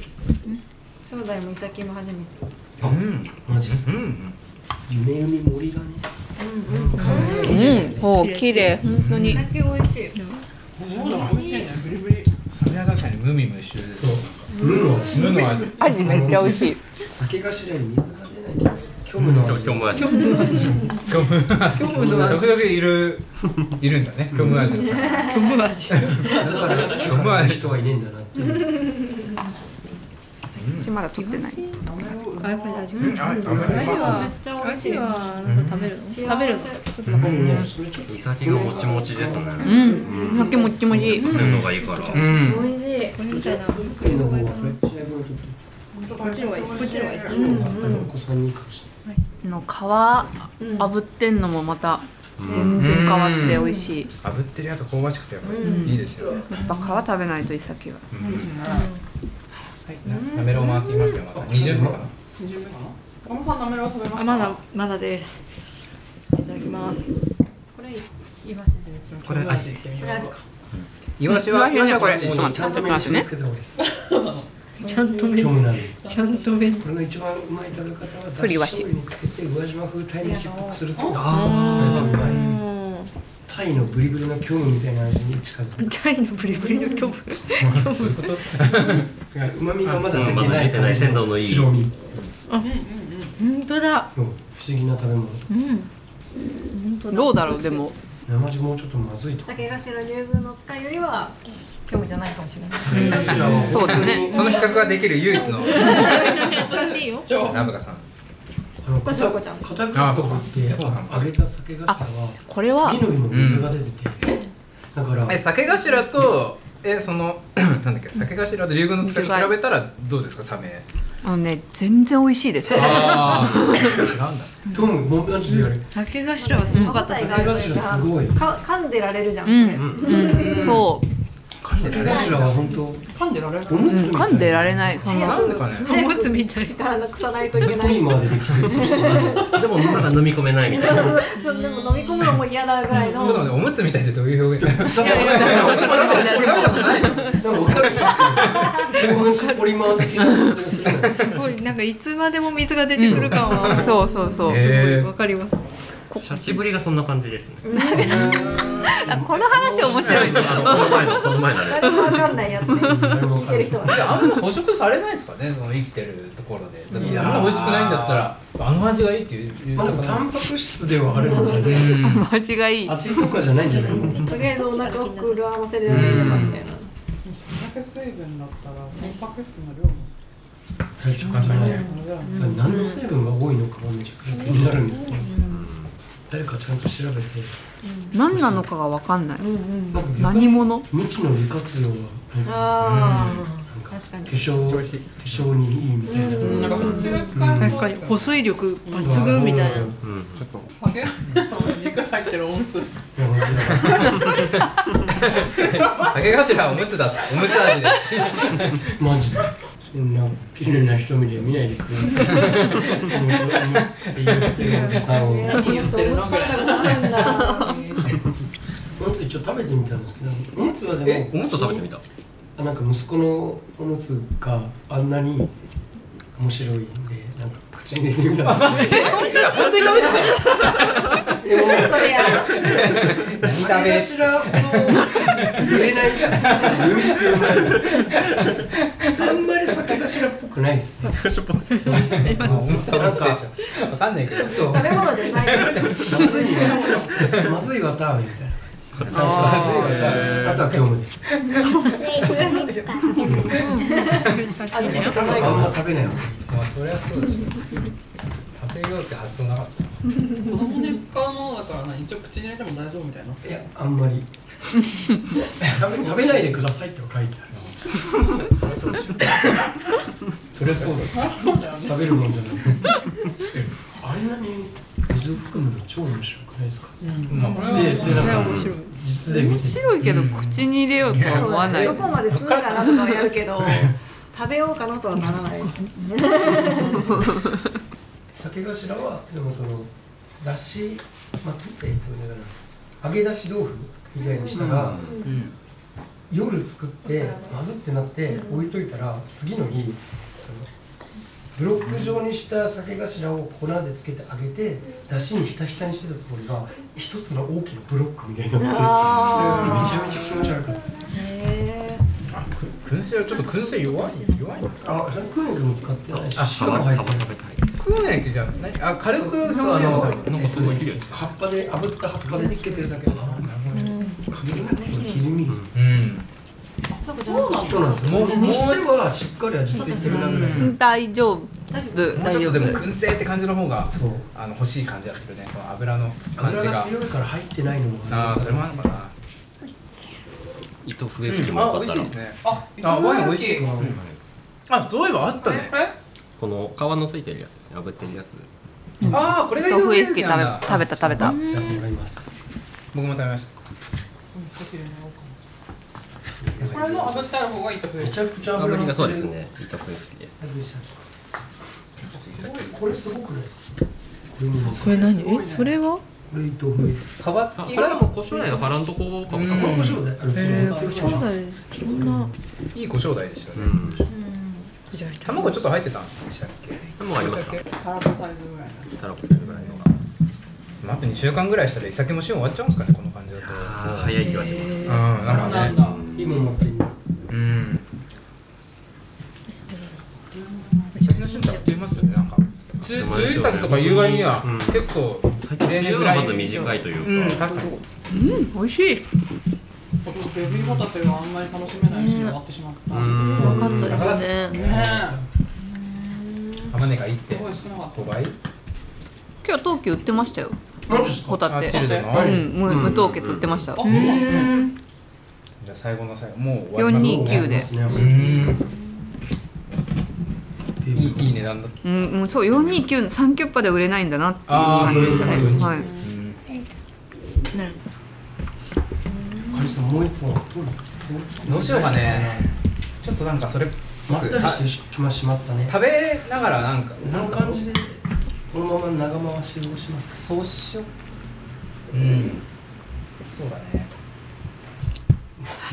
S6: 初代もイサキも初めて
S2: あうん
S8: マジっす
S2: かうん
S8: 夢海森がね。
S9: うん、ほう、綺麗、本当に。
S6: 美味しい
S2: それは確かにムミも一緒です
S8: そうムの味
S2: ムの味
S9: 味めっちゃ美味しい。
S8: 酒頭に水が出ない。虚無の味。
S2: 虚無味虚無味虚無味時々いるいるんだね虚無味の
S4: 虚無味。
S8: だから
S2: 虚無味
S8: 人はいねえんだなって。
S9: うちまだ取ってない。
S4: あ、やっぱり味。
S2: あ
S4: 味は、味は、なんか食べるの。食べるの。
S8: うんねそれちょっと
S12: イサキがもちもちですね。
S9: うん、さっきもっちもちいい。
S12: そういうのがいいから。
S2: うん
S6: 美味しい
S4: これみたいな。こ
S8: 海の方はこれ。ちなみにちょっと
S4: っちの方がいい。こっちの方がいい。
S8: お子さんにいいかもし
S9: の皮、炙ってんのもまた、全然変わって美味しい。
S2: 炙ってるやつ香ばしくてやっぱりいいですよね
S9: やっぱ皮食べないとイサキは。
S2: なめろう回ってきましたよまた20分かな
S4: あ、まだ、まだです。いただきます。
S12: これ味です。
S15: イワシ
S9: イワ
S15: は
S9: シはね
S15: イワシはこれ
S9: これ
S15: もう
S9: ちゃんと見
S8: れな
S9: ま
S8: い。
S9: すね
S8: 気をつけた方がいいです。
S4: ちゃんと麺
S8: 興。味のある。
S4: ちゃんと麺。
S8: これの一番うまい食べ方は
S9: ふりわし
S8: だ醤油につけて宇和島風鯛めしっぽくするとああうまいタイのブリブリの虚無みたいな味に近づく
S4: チャイのブリブリの虚無。
S2: そういうこと
S8: だからうまみがまだ出
S12: ま
S8: て
S12: だ
S8: な
S12: 出
S8: い
S12: てない鮮度のいい。
S8: 白身うん
S4: 本当だ。
S8: 不思議な食べ物
S4: 本当だ。
S9: どうだろう、でも。
S8: 生地もうちょっとまずいとか
S6: 竹頭竜宮の使いよりは興味じゃないかもしれない
S9: そうですね。
S15: その比較ができる唯一の
S4: 使っていいよ。
S2: ラブカさん
S8: あの
S6: こちらこちら
S8: 片倉とかってやっぱ揚げた酒頭は
S9: これは
S8: 次の日も水が出ててだから
S2: え酒頭とえその なんだっけ酒頭と竜宮の使いと比べたらどうですかサメ
S9: あのね、全然美味しいです。
S2: ああ 違うんだ
S8: トムもうなんて言われる
S4: 酒頭はすごかったです。
S8: 酒頭すごい
S6: か噛んでられるじゃん、
S9: うん、
S6: こ
S9: うん、そう。
S8: 酒頭は本当
S2: 噛んでられる
S8: お
S9: うん
S8: むつみた
S9: 噛んで
S8: いな
S9: られない。その
S2: なんでかね
S4: おむつみたい
S6: れ。力なくさないといけな
S8: ト
S6: い
S8: イマーでできてる
S12: でもなんか飲み込めないみたいな。
S6: でも飲み込むのも嫌なぐらい
S2: ちょっと待っ
S6: の
S2: ておむつみたいってどう いう表現
S9: いやいや、でも、
S8: なんかわかるじゃん。ホルモンシポリマー的な感じがするの。
S4: すごい、なんかいつまでも水が出てくる感は。
S9: うんそうそうそう。
S2: え
S4: すご
S2: ー
S4: いわかります。
S12: シャチぶりがそんな感じ ですね。
S4: あ、この話面白いね。
S12: あのこの前のこの前のあれ。
S6: 誰もわかんないやつね聞いてる人は
S2: であんま捕食されないですかねその生きてるところでだってあんな美味しくないんだったらあの味がいいっていう言う
S8: まあでもタンパク質ではあるんじゃない。
S2: うん
S9: 間違いい。
S8: 味とかじゃないんじゃないの。
S6: とりあえずお腹を膨らませられればみたいな
S2: 確かにね
S8: 何の成分が多いのかもめちゃくちゃ気になるんですね。誰かちゃんと調べて。
S9: 何なのかがわかんない。
S8: なんか
S9: 何者。
S8: 未知の利活用はなんか
S6: あ
S8: なんか化
S6: 確かに
S8: 粧化粧にいいみたい
S2: な
S8: な。
S2: んかそっちが使
S4: なんか保水力抜群みたいな。
S12: うん。
S15: ちょっと
S2: 肉入ってるおむつ竹頭おむつだったおむつ味です
S8: マジで。そんな綺麗な瞳で見ないでくれ。おむつおむつって言ってるおじさんを。
S6: あこの人おむつ食べたことあるんだ
S8: おむつ一応食べてみたんですけどおむつはでも
S12: おもちゃ食べてみた。
S8: あなんか息子のおむつがあんなに面白いんでなんか口に入れてみたんですけ
S2: 本当に食べて
S6: それや
S8: ど頭ほど入れない言う必要ないあんまり酒頭っぽくないっすね
S2: たおむつはおむつでしょわかんないけど
S8: ちょっと
S6: 食べ物じゃない
S8: まずいわまずいわターメンみたいな最初はあとは今日もであんま食べないわ
S2: まあそりゃそうでしょ食べようって発想なかった
S8: いやあんまり食 べ食べないでくださいって書いてある そりゃそうだよ食べるもんじゃないえあんなに水を含むの超面白くないですか、ででなんか実で見
S9: 面
S8: て
S9: 白いけど、口に入れようとは思わない
S6: ど。こまで吸うかなとかはやるけど食べようかなとはならない
S8: 酒頭はでもそのだしまあ取っていってもいいのかな揚げ出し豆腐みたいにしたら、
S16: うん
S8: 夜作ってまずってなって置いといたら次の日そのブロック状にした酒頭を粉でつけて揚げてだしにひたひたにしてたつもりが一つの大きなブロックみたいになってて
S17: あー
S8: めちゃめちゃ気持ち悪かった。
S2: 燻製はちょっと燻製弱い弱いんです
S8: かあ、クーネクも使ってないし、
S2: あ
S8: しかも入ってる
S2: クーネクじゃないあ、軽く表現
S8: あの
S2: を
S8: なんかすごい綺麗葉っぱで炙った葉っぱでつけてるだけの切り身
S2: うん
S17: そう
S8: そうなんですよもうにしてはしっかり味付いてるなぐらい
S9: うん大丈夫
S2: もうちょっとでも燻製って感じの方があの欲しい感じがするねこの油の感
S8: 油
S2: じ
S8: が
S2: が
S8: 強いから入ってないのも
S2: あーそれもあるのかな
S12: 糸笛吹きもよかった
S2: うんあ美
S12: ら、
S2: 味しいですねあワイン美味しいあ、そういえばあったね
S12: この皮のついてるやつですね炙ってるやつ
S2: あーこれが
S9: 豆腐エッ
S2: き
S9: グ食べ食べた食べた
S8: じゃあもらいます
S2: 僕も食べました
S6: これの炙った方がいいとめ
S8: ちゃくち
S12: 炙りがそうですね糸笛吹きです
S8: これすごくないですか
S4: これ何えそれは
S8: 冷凍風
S12: 皮付きがもう胡椒だよ腹んとこかも
S2: うんこれ胡椒
S8: だよ
S4: えー、こ兄弟そんない
S2: い胡椒大でしたね
S4: じゃあ
S2: 卵ちょっと入ってたんでしたっけ
S12: 卵ありました
S6: たらこサイズぐらいな
S12: たらこするぐらいのが
S2: あと2週間ぐらいしたらイサキも旬終わっちゃうんですかねこの感じだと
S12: 早い気がします
S2: うんなんかね
S8: 今持って
S2: うんイサキの旬ってあっという間っすよねなんかつ梅雨イサキとか夕方には
S12: うん
S2: 結構
S12: 最近梅
S2: 例年
S12: 雨
S2: ぐ
S12: が
S2: らい
S12: まず短いというか、
S2: うん確かに
S4: うん美味しい
S6: ちょっとベビーホタテがあんまり楽しめない時期に終わってしまった
S2: ん
S4: 分かったですよね
S6: ね
S2: 玉ねぎが
S6: えすごい少なかっ
S2: 1.5倍
S9: 今日陶器売ってましたよ
S2: マジっすか
S9: ホタテ
S2: あチルドの
S9: うん無無凍結売ってましたうん
S2: じゃあ最後の最後もう終わります
S9: 429で
S2: うんいいいい値段だった
S9: うんもうそう429の3キュッパで売れないんだなっていう感じでしたね
S2: あーそういうこと
S9: はい
S8: カリさんもう一本取る
S2: どうしようかねちょっとなんかそれ
S8: まったりしてしましまったね
S2: 食べながらなんか
S8: この感じでこのまま長回しをします
S2: そうしようんそうだね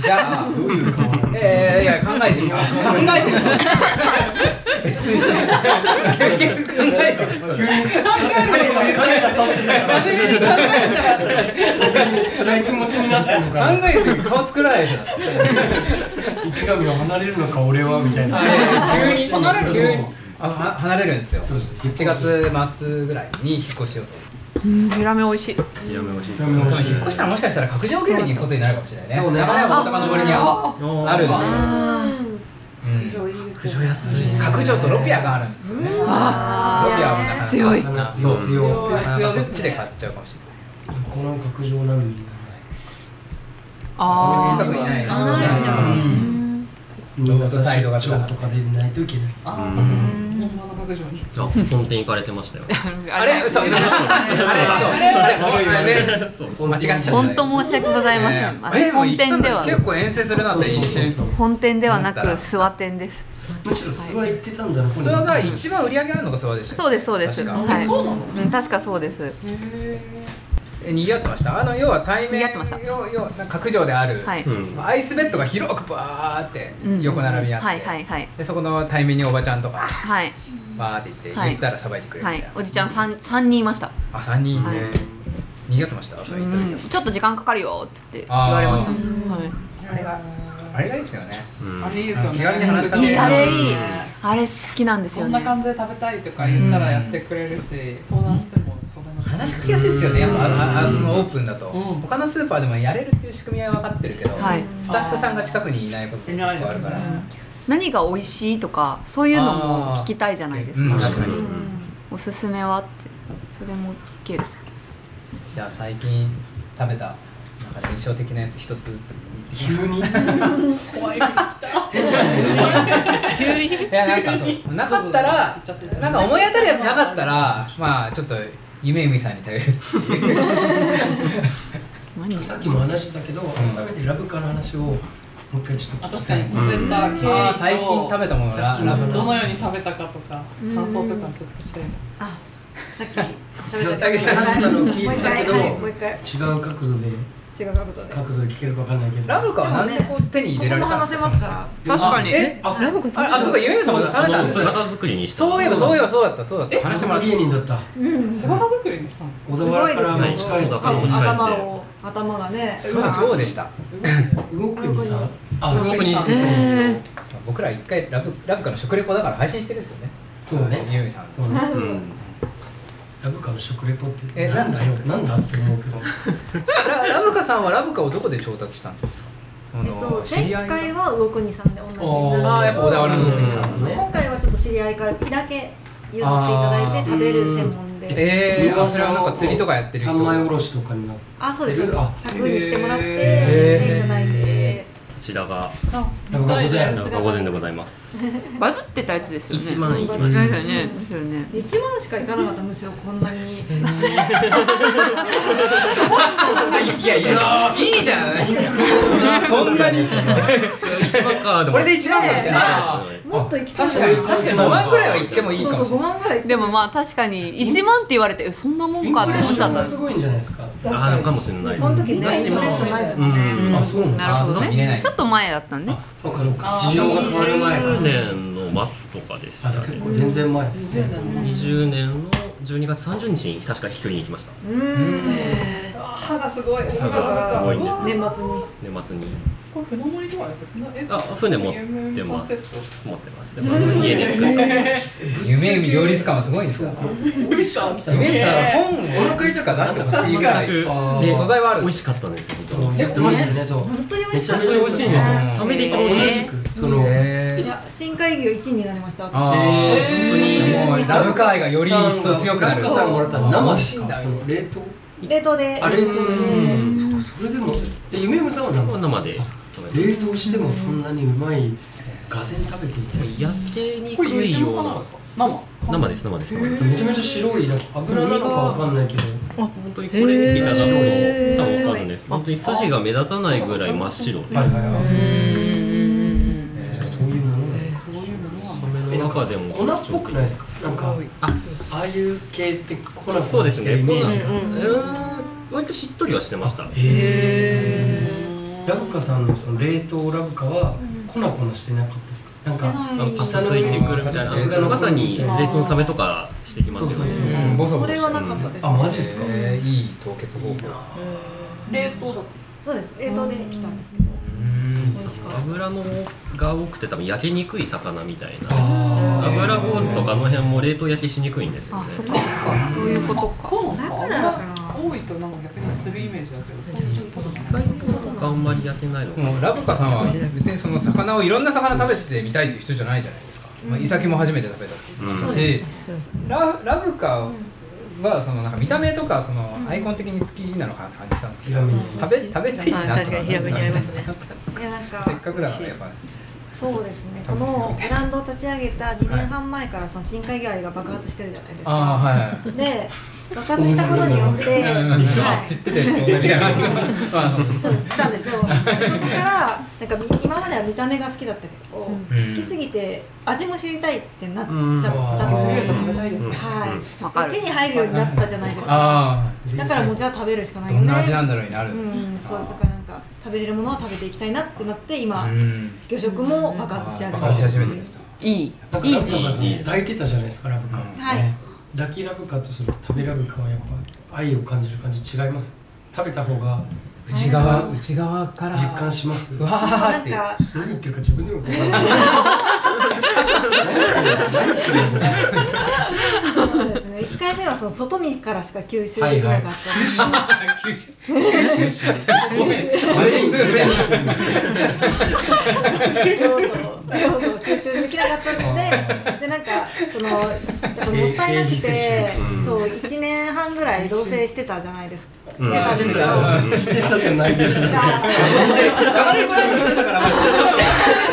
S2: じゃあえー、いや考えてみよう考えてみよう別に結局考えてみよう急に考えてみよう初めに考えたら
S8: 辛い気持ちになってるのかな
S2: 考えてみよう顔作らないでしょ
S8: 池上は離れるのか俺はみたいな
S2: 急に離れる急にあは離れるんですよ1月末ぐらいに引っ越しようと
S9: うんヒラメ美味しい
S12: やめましい
S2: 多分引っ越したらもしかしたら角上魚類に行くことになるかもしれないね名前は大阪の森にはあるんで
S6: 九
S2: 条安い角上とロピアがあるんですよねロピアはなかなか
S8: 強い
S2: そう
S8: 強い
S2: なかなかそっちで買っちゃうかもしれない
S8: この角上ラーメンになります
S9: あ
S2: 近くにないですよね
S8: 新潟
S2: サイドが
S8: 出張とかでないといけない
S12: あ本店行かれてましたよ
S2: あれそうあれそうあれそうあれ俺間違っちゃった
S9: 本当申し訳ございませんあ
S2: えーもう
S9: 本店では
S2: 結構遠征するなんて一瞬
S9: 本店では
S2: 思
S9: な
S2: った
S9: く
S2: ら
S9: 諏訪店です
S8: むしろ諏訪行ってたんだ
S2: 諏訪が一番売り上げあるのが諏訪でした
S9: そうですそうです
S2: 確か
S9: はいうん確かそうです
S2: え賑わってましたあの要は対面要要なんか角上である、
S9: はいうん
S2: アイスベッドが広くバーって横並びにあって、
S9: はいはいはい
S2: でそこの対面におばちゃんとか
S9: はい
S2: バーって言って、
S9: はい
S2: 言ったらさばいてくれるみた
S9: は
S2: い
S9: い
S2: な、
S9: おじちゃん三三人いました
S2: あ三人ね、
S9: はい
S2: 賑わってましたそうれ行った時
S9: んちょっと時間かかるよって言って言
S2: あー
S9: われました
S2: うん
S9: はい
S2: あれがあれがいいですよね、
S12: うん
S6: あれいいですよね
S2: 気軽に話し方
S9: いいあれいい
S2: うん
S9: あれ好きなんです
S6: そ
S9: よ
S6: んな
S9: ね
S6: 感じで食べたいとか言ったらやってくれるし相談しても
S2: 話しかけやすいですよねやっぱあのああそのオープンだと、他のスーパーでもやれるっていう仕組みは分かってるけど、
S9: はい
S2: スタッフさんが近くにいないこと結構あるから、
S9: 何が美味しいとかそういうのも聞きたいじゃないです
S2: う
S9: か
S2: ん、確かに、
S9: おすすめはってそれも聞ける
S2: じゃあ最近食べたなんか印象的なやつ一つずつ言ってき
S8: 急に
S2: ます。いやなんかそうなかったらなんか思い当たるやつなかったらまあちょっと夢海さんに食べるっていう。
S8: さっきも話したけど改めてラブカの話をもう一回ちょっと聞きたい
S6: 食べた経緯と、
S2: あー最近食べたものララブ
S6: どのように食べたかとか感想とかちょっと聞きたいです
S9: あ
S6: さっき喋った
S8: さっき話したの聞いたけど、
S6: もう一回はいもう一回
S8: 違う角度で
S6: 違う角度で
S8: 角度で聞けるかわかんないけど
S2: ラブカはなんでこう手に入れられたんですか
S6: ここも話せますから
S2: あ
S6: 確かに
S2: えあ
S6: ラブカ
S2: ああそうか夢見さんも食べたんですね
S12: 姿作りにして
S2: そういえばそういえばそうだったそうだった
S8: 話してもらった芸人だった
S6: うん
S18: 姿作りにしたんです
S8: 小田原からも近い
S12: 小田原も近いんで
S6: 頭を頭がね
S2: そうそうでした
S8: 動くにさ
S2: あ動くに
S8: へ
S2: そう僕ら一回ラブラブカの食レポだから配信してるんですよね
S8: そうね
S2: ゆめさん
S8: うん
S2: うん
S8: ラブカの食レポって
S2: え
S8: なんだよなんだって思うけど
S2: ララブカさんはラブカをどこで調達したんですかあ
S6: えっと
S2: の知り合い
S6: 前
S2: の
S6: 回は魚国さんで同じに
S2: あ
S6: な
S2: ー
S6: る
S2: やっぱ小田原の魚国さんですね
S6: 今回はちょっと知り合いからだけ譲っていただいて食べる専門で
S2: えー、あそれはなんか釣りとかやってる人
S8: 三枚おろしとかになって
S6: あそうですそうです
S8: あ
S6: 作にしてもらって
S8: へー
S6: いただいて
S12: こちらが
S6: あ
S8: ラブカ御前
S12: ラブカ御前でございます
S9: バズってたやつですよね。
S12: 一万
S9: い
S12: い
S9: き
S12: き
S9: ま
S12: ま
S9: し
S12: したた
S9: よね。ですよね。
S6: 一万しか行かなかったむしろこんなに
S2: いやいやいいじゃないそんなに
S12: 一番か
S2: これで一番だって
S12: ね
S2: あ
S6: もっと行き
S2: 確かに確かに5万くらいは行ってもいいかもしれない
S6: 5万ぐらい
S9: でもまあ確かに1万って言われてえそんなもんかって思っちゃった。
S8: すごいんじゃないですか
S12: あーかもしれない
S6: この時ねインフレーションないですもんね
S12: うん
S8: あそうなんだ
S9: なるほど
S12: あそんな見れな
S9: ね。
S12: い
S9: ちょっと前だったんで。
S8: そうかそうか需要が変わる前か
S12: 20年の末とかでした
S8: あじゃあ結構全然前ですね
S12: 20年の12月30日に確か引き取りに行きました
S6: うん歯がすごい
S12: 歯がすごいんですね
S6: 年末に
S12: 年末に
S18: これ船乗りとかやってる
S12: あ船持ってます持ってますでまあ家で作って
S2: 夢海両立感はすごいんですか
S8: 美味しさみたいな
S2: 夢海さん本を
S8: お腹痛か
S2: 出してほしいぐらい
S12: 全く
S2: で素材はある
S12: 美味しかったんですよ
S8: 言
S12: 本当
S8: ってましたよねそう
S6: 本当に美
S12: め
S6: 味し
S12: ち
S6: か
S12: ゃ
S6: っ
S12: めちゃ美味しいんですよサメで一番美味し
S8: 同
S12: い
S8: じくその
S6: たいや深海魚一位になりました私
S2: あーもうラブカ愛がより一層強くなる
S8: ラブカさんもらったの生
S2: 美
S8: で
S2: 味しい
S8: す
S2: んだ
S8: かその冷凍
S6: 冷凍で
S8: あ冷凍で
S6: うん
S8: そっかそれでもえ夢山さんは生
S12: 生で
S8: 冷凍してもそんなにうまいガゼン食べてみたい
S12: 野生に
S8: こ
S12: 食
S8: れ
S12: いような
S18: 生
S12: 生です生です生です
S8: めちゃめちゃ白いなんか油なのかわかんないけど
S12: 本当にこれ見ていただくと多分分かるんです本当に筋が目立たないぐらい真っ白で
S8: はいはいはいそうそういうものね
S12: の中でも
S8: 粉っぽくないですかなんかあああいう系って粉っぽく
S12: そうです
S8: してる
S12: ね
S8: イメージが
S12: うん割としっとりはしてました
S8: ラブカさんのその冷凍ラブカは粉粉してなかったですかなんか
S12: パスついてくるみた
S8: 下の
S12: い
S8: 方
S12: なまさに冷凍のサメとかしてきますよね
S8: そうそうそうそう
S2: ボソボソしてる
S6: それはなかったです
S8: あマジっすか
S2: えーいい凍結方法
S6: 冷凍だそうです冷凍で来たんですけど美味しかった
S12: 油のが多くて多分焼けにくい魚みたいな油坊主とかあの辺も冷凍焼きしにくいんですよね
S9: そっかそっかそういうことか。
S18: だから多いとなんか逆にするイメージだけど
S12: あんまり焼けないのか
S2: もうラブカさんは別にその魚をいろんな魚食べてみたいっていう人じゃないじゃないですか、まあ、イサキも初めて食べたっていうことだし、ララブカはそのなんか見た目とかそのアイコン的に好きなのかなって感じしたんですけど、食べ食べたいなと
S9: あ確かにヒラメに合いますね
S6: いやなんか
S2: せっかくだからやっぱ
S6: そうですねこのブランドを立ち上げた2年半前からその深海魚愛が爆発してるじゃないですか
S2: あーはい
S6: で爆発したことによ っては
S2: 知っててみたいな
S6: そうですしたんですよそこからなんかみ今までは見た目が好きだったけど、
S2: ん
S6: 好きすぎて味も知りたいってなっちゃったんですよ、はい、
S9: わかる
S6: 手に入るようになったじゃないですか
S2: ああ
S6: だからもうじゃあ食べるしかない
S2: ど
S6: よね
S2: んな味なんだろうになるんです、
S6: うんそうだからなんか食べれるものは食べていきたいなってなって今、
S2: うん
S6: 魚食も爆発し始め
S2: 爆発し始めてるんです
S9: いい
S8: なんかラブカさんその抱いてたじゃないですかラブカ
S6: はい
S8: ね抱きラブカとその食べラブカはやっぱ愛を感じる感じ違います食べた方が
S2: 内側内側から
S8: 実感します
S2: わーって
S6: なんか
S8: 何言ってるか自分でも分かんない何言ってるの
S6: そうですね1回目はその外見からしか吸収できなかったので、
S2: ごめんマジブーム
S6: 要素を吸収できなかったのででなんかそのやっぱもったいなくてそう1年半ぐらい同棲してたじゃないですか。してたんですよ
S8: してたじゃないですね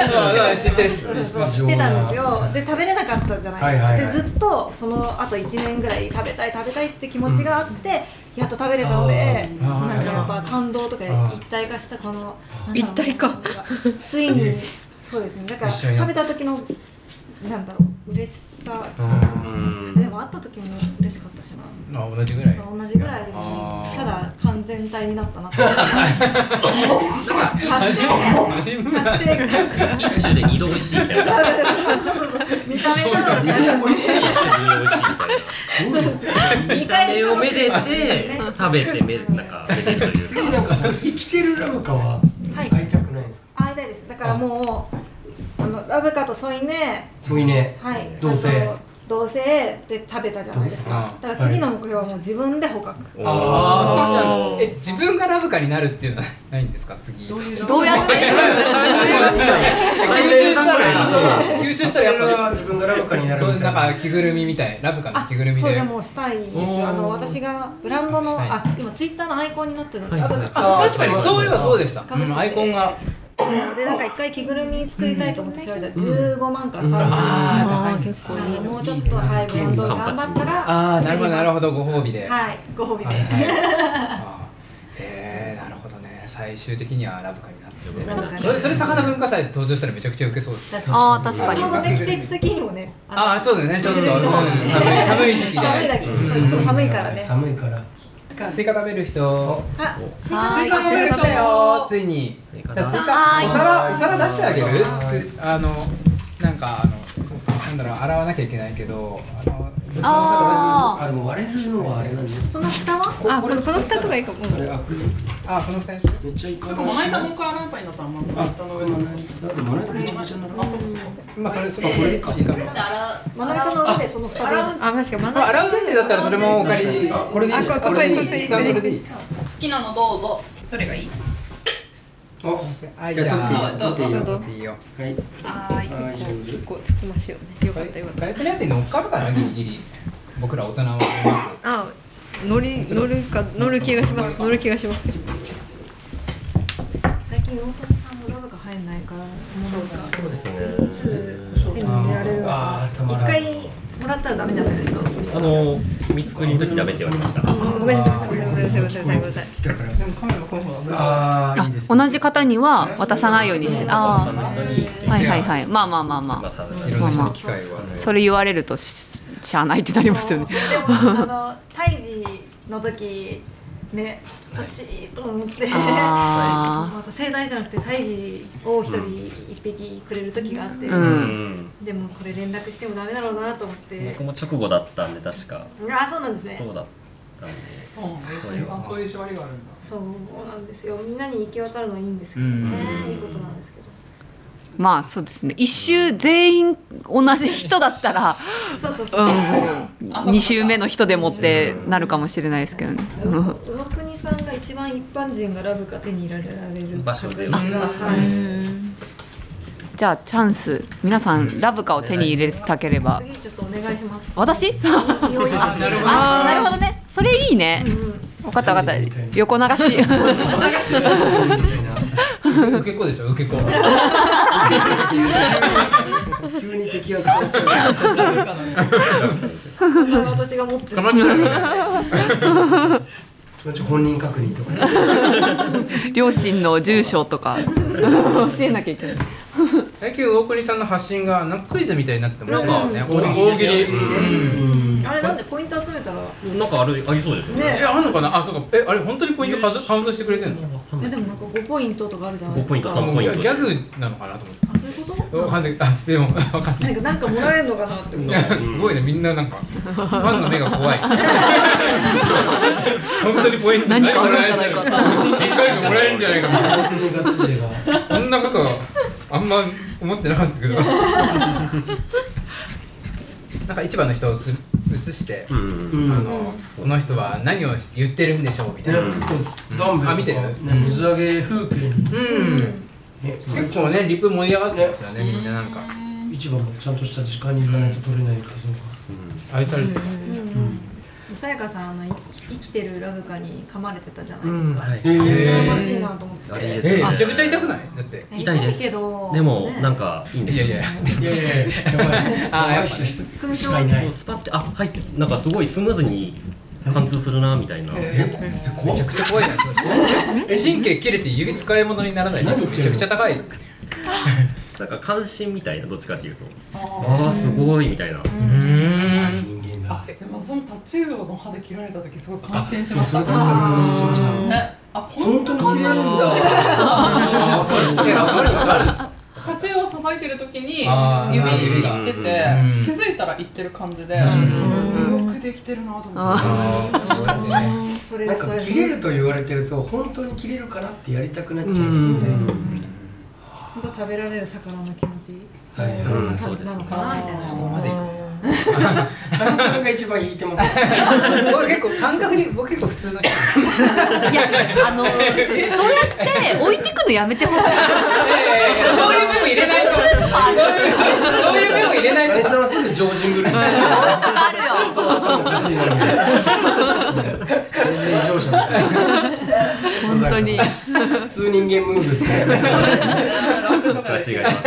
S2: 知ってる知ってる
S6: してたんですよで食べれなかったじゃないですか、
S2: はいはいはい
S6: でずっとそのあと1年ぐらい食べたい食べたいって気持ちがあって、やっと食べれたので
S2: あー
S6: なんかやっぱ感動とか一体化した この一体化ついにそうですねだから
S2: 一緒に
S6: 食べた時のなんだろう嬉しさ
S2: うん
S6: でも会った時も嬉しかったしな
S2: あ同じぐらい
S6: 同じぐらいですね
S2: あー
S6: ただ完全体になった なって
S2: 初
S12: 一種で二度美味しいみたいな。
S6: 見た目と
S12: 二度美味しい。一種で二度美味しいみたいな。見た目をめでて食べてめなんかめでるというか。
S8: でもなんかその生きてるラブカは会いたくないんですか、
S6: 会いたいですだからもうあのラブカと添い寝
S8: 添い寝
S6: はい
S8: 同棲
S6: あの同棲で食べたじゃないです
S2: 同
S6: か
S2: 棲
S6: だから次の目標はもう自分で捕獲
S2: ああえ自分がラブカになるっていうのはないんですか次 どう
S6: やって
S2: 吸収したら吸収したらやっぱ
S8: 自分がラブカにな
S2: るそうなんか着ぐるみみたいラブカの着ぐるみ
S6: そう
S2: で
S6: でもしたいんです
S2: おー
S6: よあの私がブランドの
S2: したい
S6: あ今ツイッターのアイコンになってるんで、
S2: あ
S6: あ
S2: 確かにそういえばそうでした
S6: うん
S2: うんアイコンが
S6: でなんか一回着ぐるみ作りたいと思って調べたら
S2: うん
S6: 15万から30
S2: うん
S6: 万、
S2: あー高いん
S6: 結構いいもうちょっとはいブランド頑張ったら
S2: ああなるほどなるほどご褒美で
S6: はいご褒美で、
S2: はいはいえーなるほどね最終的にはラブカにな
S6: ラ
S2: っ
S6: ブ
S2: て
S6: カ
S2: るそれそれ魚文化祭で登場したらめちゃくちゃウケそうです
S6: 確かにちょうどね季節的にもね
S2: ああそうだよねちょっと、うん、寒い寒い時期じゃないです
S6: 寒いだけそう寒いからね
S8: 寒いから
S4: スイカ食べる人
S6: あ
S4: ス
S2: はい
S4: 食べる人よついにスイカお皿お皿出してあげる
S2: すあのなんかあのなんだろう洗わなきゃいけないけどあの
S9: あー
S8: あでも割れるのはあれなんだ
S9: その蓋はあこれその蓋とかいいかも
S8: あこれ
S2: あその二人
S8: めっちゃいいか
S19: なんかまな板もう一回洗えばいいんだったらまな板の上の
S8: だってまな板めちゃめちゃ並ぶ
S2: まあそれそ
S8: れこれいい
S2: かいいか
S6: まな板の上でその蓋で
S9: あ確かにま
S2: まあ洗う前提だったらそれもお借り
S8: あこれでいい
S2: あこれでいい一旦それでいい
S19: 好きなのどうぞどれがいい
S2: おはい
S8: じゃあ
S2: どうぞ
S8: 取っていいよ
S2: どうぞいいよ
S8: はい
S9: はい結構つつましいよねよかったよかった
S2: 返せるやつに乗っかるかなギリギリ僕ら大人は
S9: あ乗り乗るか乗る気がします乗る気がします
S6: 最近大谷さんもラブが入んないからもうそうですねでも入れられるのか一回もらったらダメじゃないですか
S12: あの三つくりの時ダメって言われました。
S9: ごめんなさいごめんなさいごめんなさいごめんなさい
S8: あ
S9: あ同じ方には渡さないようにしてああはいはいはいまあまあまあまあまあまあそれ言われるとししゃあないってなりますよね
S6: でもあの胎児の時ね欲しいと思って
S9: あー
S6: また盛大じゃなくて胎児を一人一匹くれる時があって、
S12: うん
S6: でもこれ連絡してもダメだろうなと思って
S12: 僕も直後だったんで確か。
S6: あそうなんですね
S12: そうだったんで。
S19: あそういう縛りがあるんだ
S6: そうなんですよみんなに行き渡るのはいいんですけどね
S12: うん
S6: いいことなんですけど
S9: まあそうですね一周全員同じ人だったら
S6: そうそうそう
S9: うん2周目の人でもってなるかもしれないですけどねうん
S6: 魚国さんが一番一般人がラブか手に入れられる
S12: 場所で
S6: 確率がはい
S9: じゃあチャンス皆さんラブカを手に入れたければ
S6: 次ちょっとお願いします
S9: 私ああなるほどねそれいいね分かった分かった横流し
S2: 受け子でしょ受け子
S8: 急に敵圧されちゃう
S6: 私が持ってる
S8: 頑張ってくださそのうち本人確認とか
S9: 両親の住所とか教えなきゃいけない
S2: 最近大国さんの発信がなんかクイズみたいになってましたよね
S12: なんか大喜利
S2: うん
S6: あれなんでポイント集めたらい
S12: なんかあるありそうですよね。
S2: えあんのかなあそうかえあれ本当にポイント数カウントしてくれてるの
S6: やでもなんか5ポイントとかあるじゃないですか
S2: あもうギャグなのかなと思って
S6: あそういうこと
S2: わかんないあでもわかんない
S6: なんかなんかもらえるのかなって思っ
S2: い
S6: て
S2: や すごいねみんななんかファンの目が 怖い本当にポイント
S9: 何かあるんじゃないか
S2: 何もらえるもらえるんじゃないかみたいなそんなことあんま思ってなかった けどなんか市場の人をつ映して、
S12: うん
S2: あのこの人は何を言ってるんでしょうみたいな、
S8: ね結構
S2: うんあ見てる、
S8: 水揚げ風景
S2: うん結構ねリプ盛り上がってますよねみんななんか
S8: 市場もちゃんとした時間に行かないと取れない画像が
S2: 愛されて
S6: うんうんさやかさんあのい生きてるラブカに噛まれてたじゃないですか、
S12: はい
S6: 羨ましいなと思って
S12: あれいいですね
S2: えめちゃくちゃ痛くないだって
S12: 痛いです。
S6: けど
S12: でもなんかいいんですよ。
S2: いやいや
S12: やばい。
S2: あやっぱ
S12: ぱしかいない。スパってあ入ってなんかすごいスムーズに貫通するなみたいな。
S2: めちゃくちゃ怖いじゃないですか神経切れて指使い物にならないですめちゃくちゃ高い
S12: なんか関心みたいなどっちかっていうと
S20: あ
S12: あ
S20: ー
S12: あすごいみたいな
S20: 人間だでもそのタチウオの歯で切られた時すごい感心しました
S2: あそれ確かに感心しました
S20: ねあ本当に
S2: 切れるんだあわかるいやわかるわかる
S20: タチウオさばいてる時に指
S2: あー指が
S20: 行ってて
S2: うん
S20: 気づいたら行ってる感じで
S2: 確かに
S20: うんよくできてるなと思って
S2: あー確かにね
S20: それ
S8: なん
S20: そ
S8: か
S20: れ
S8: 切れると言われてると本当に切れるかなってやりたくなっちゃいますよね、
S6: 本当食べられる魚の気持ち
S8: はいはい
S6: どんな感じなのかなみたいな
S8: そこまで行く
S2: カミさんが一番引いてます
S21: 僕結構感覚に僕結構普通の人
S9: いやあのそうやって置いてくのやめてほしい。
S21: そういう目も入れないとそういう目も入れないと
S2: あいつはすぐ常人ぶる
S8: おかしいなみたいな全然異常者だ本当に普通人間ムーブですね
S12: 違います
S8: 普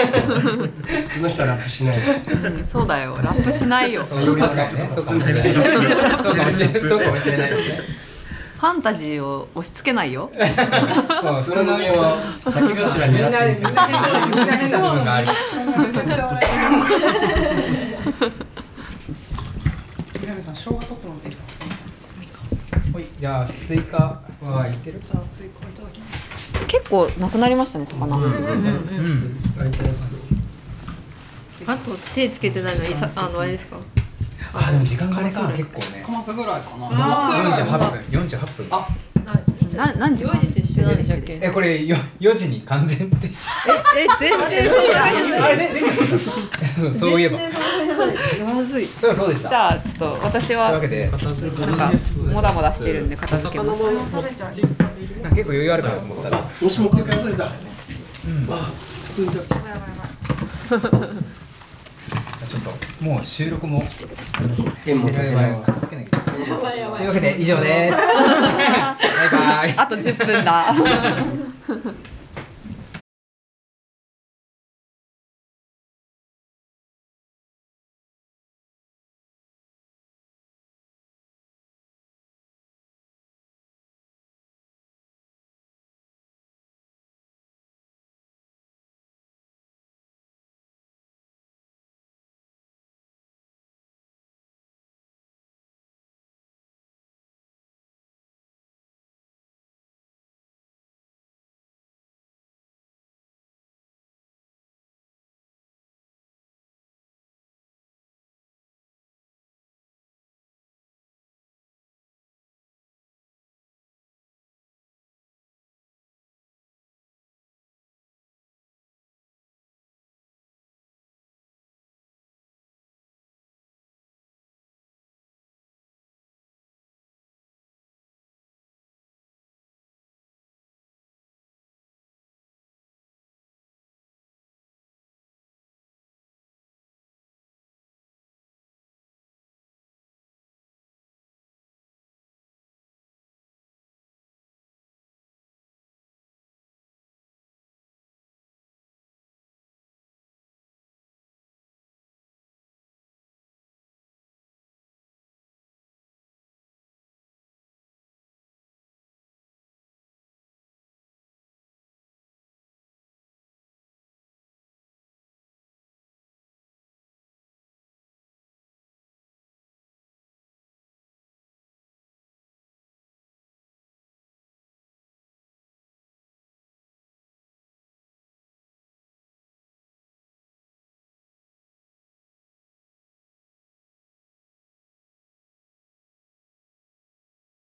S8: 通の人はラップしないし
S9: そうだよラップしないよ。
S8: そういうラップとか使わない
S2: 確かにねそうかもしれないそうかもしれないですね
S9: ファンタジーを押し付けないよ。
S2: 普通の人は先頭になってみんなみんな変な部分がある
S20: 平野さん生姜取ってもらっていいですか
S21: ほいじゃあスイカ
S8: はい
S21: ける
S20: じゃあスイカいただきます
S9: 結構なくなりましたね魚。
S8: うん
S9: うんうん
S4: あと手つけてないのいさあのあれですか
S2: あでも時間がかかる結構ね
S20: かますぐらいかな
S2: 48分48分あ
S9: な何時間？
S2: えこれよ4時に完全撤収
S4: ええ全然そうじゃない
S2: あれでで そうそういえば
S9: まずい。
S2: そうそうでした
S9: じゃあちょっと私は
S2: というわけで
S9: なんかモダモダしてるんで片付けます。
S2: なんか結構余裕あるかなと思ったら
S8: もしもかけ忘れたあ普通に
S2: ちょっともう収録も
S8: 縁も
S2: してる間に片付けなきゃいけないと いうわけで以上ですバイバイ
S9: あと10分だ。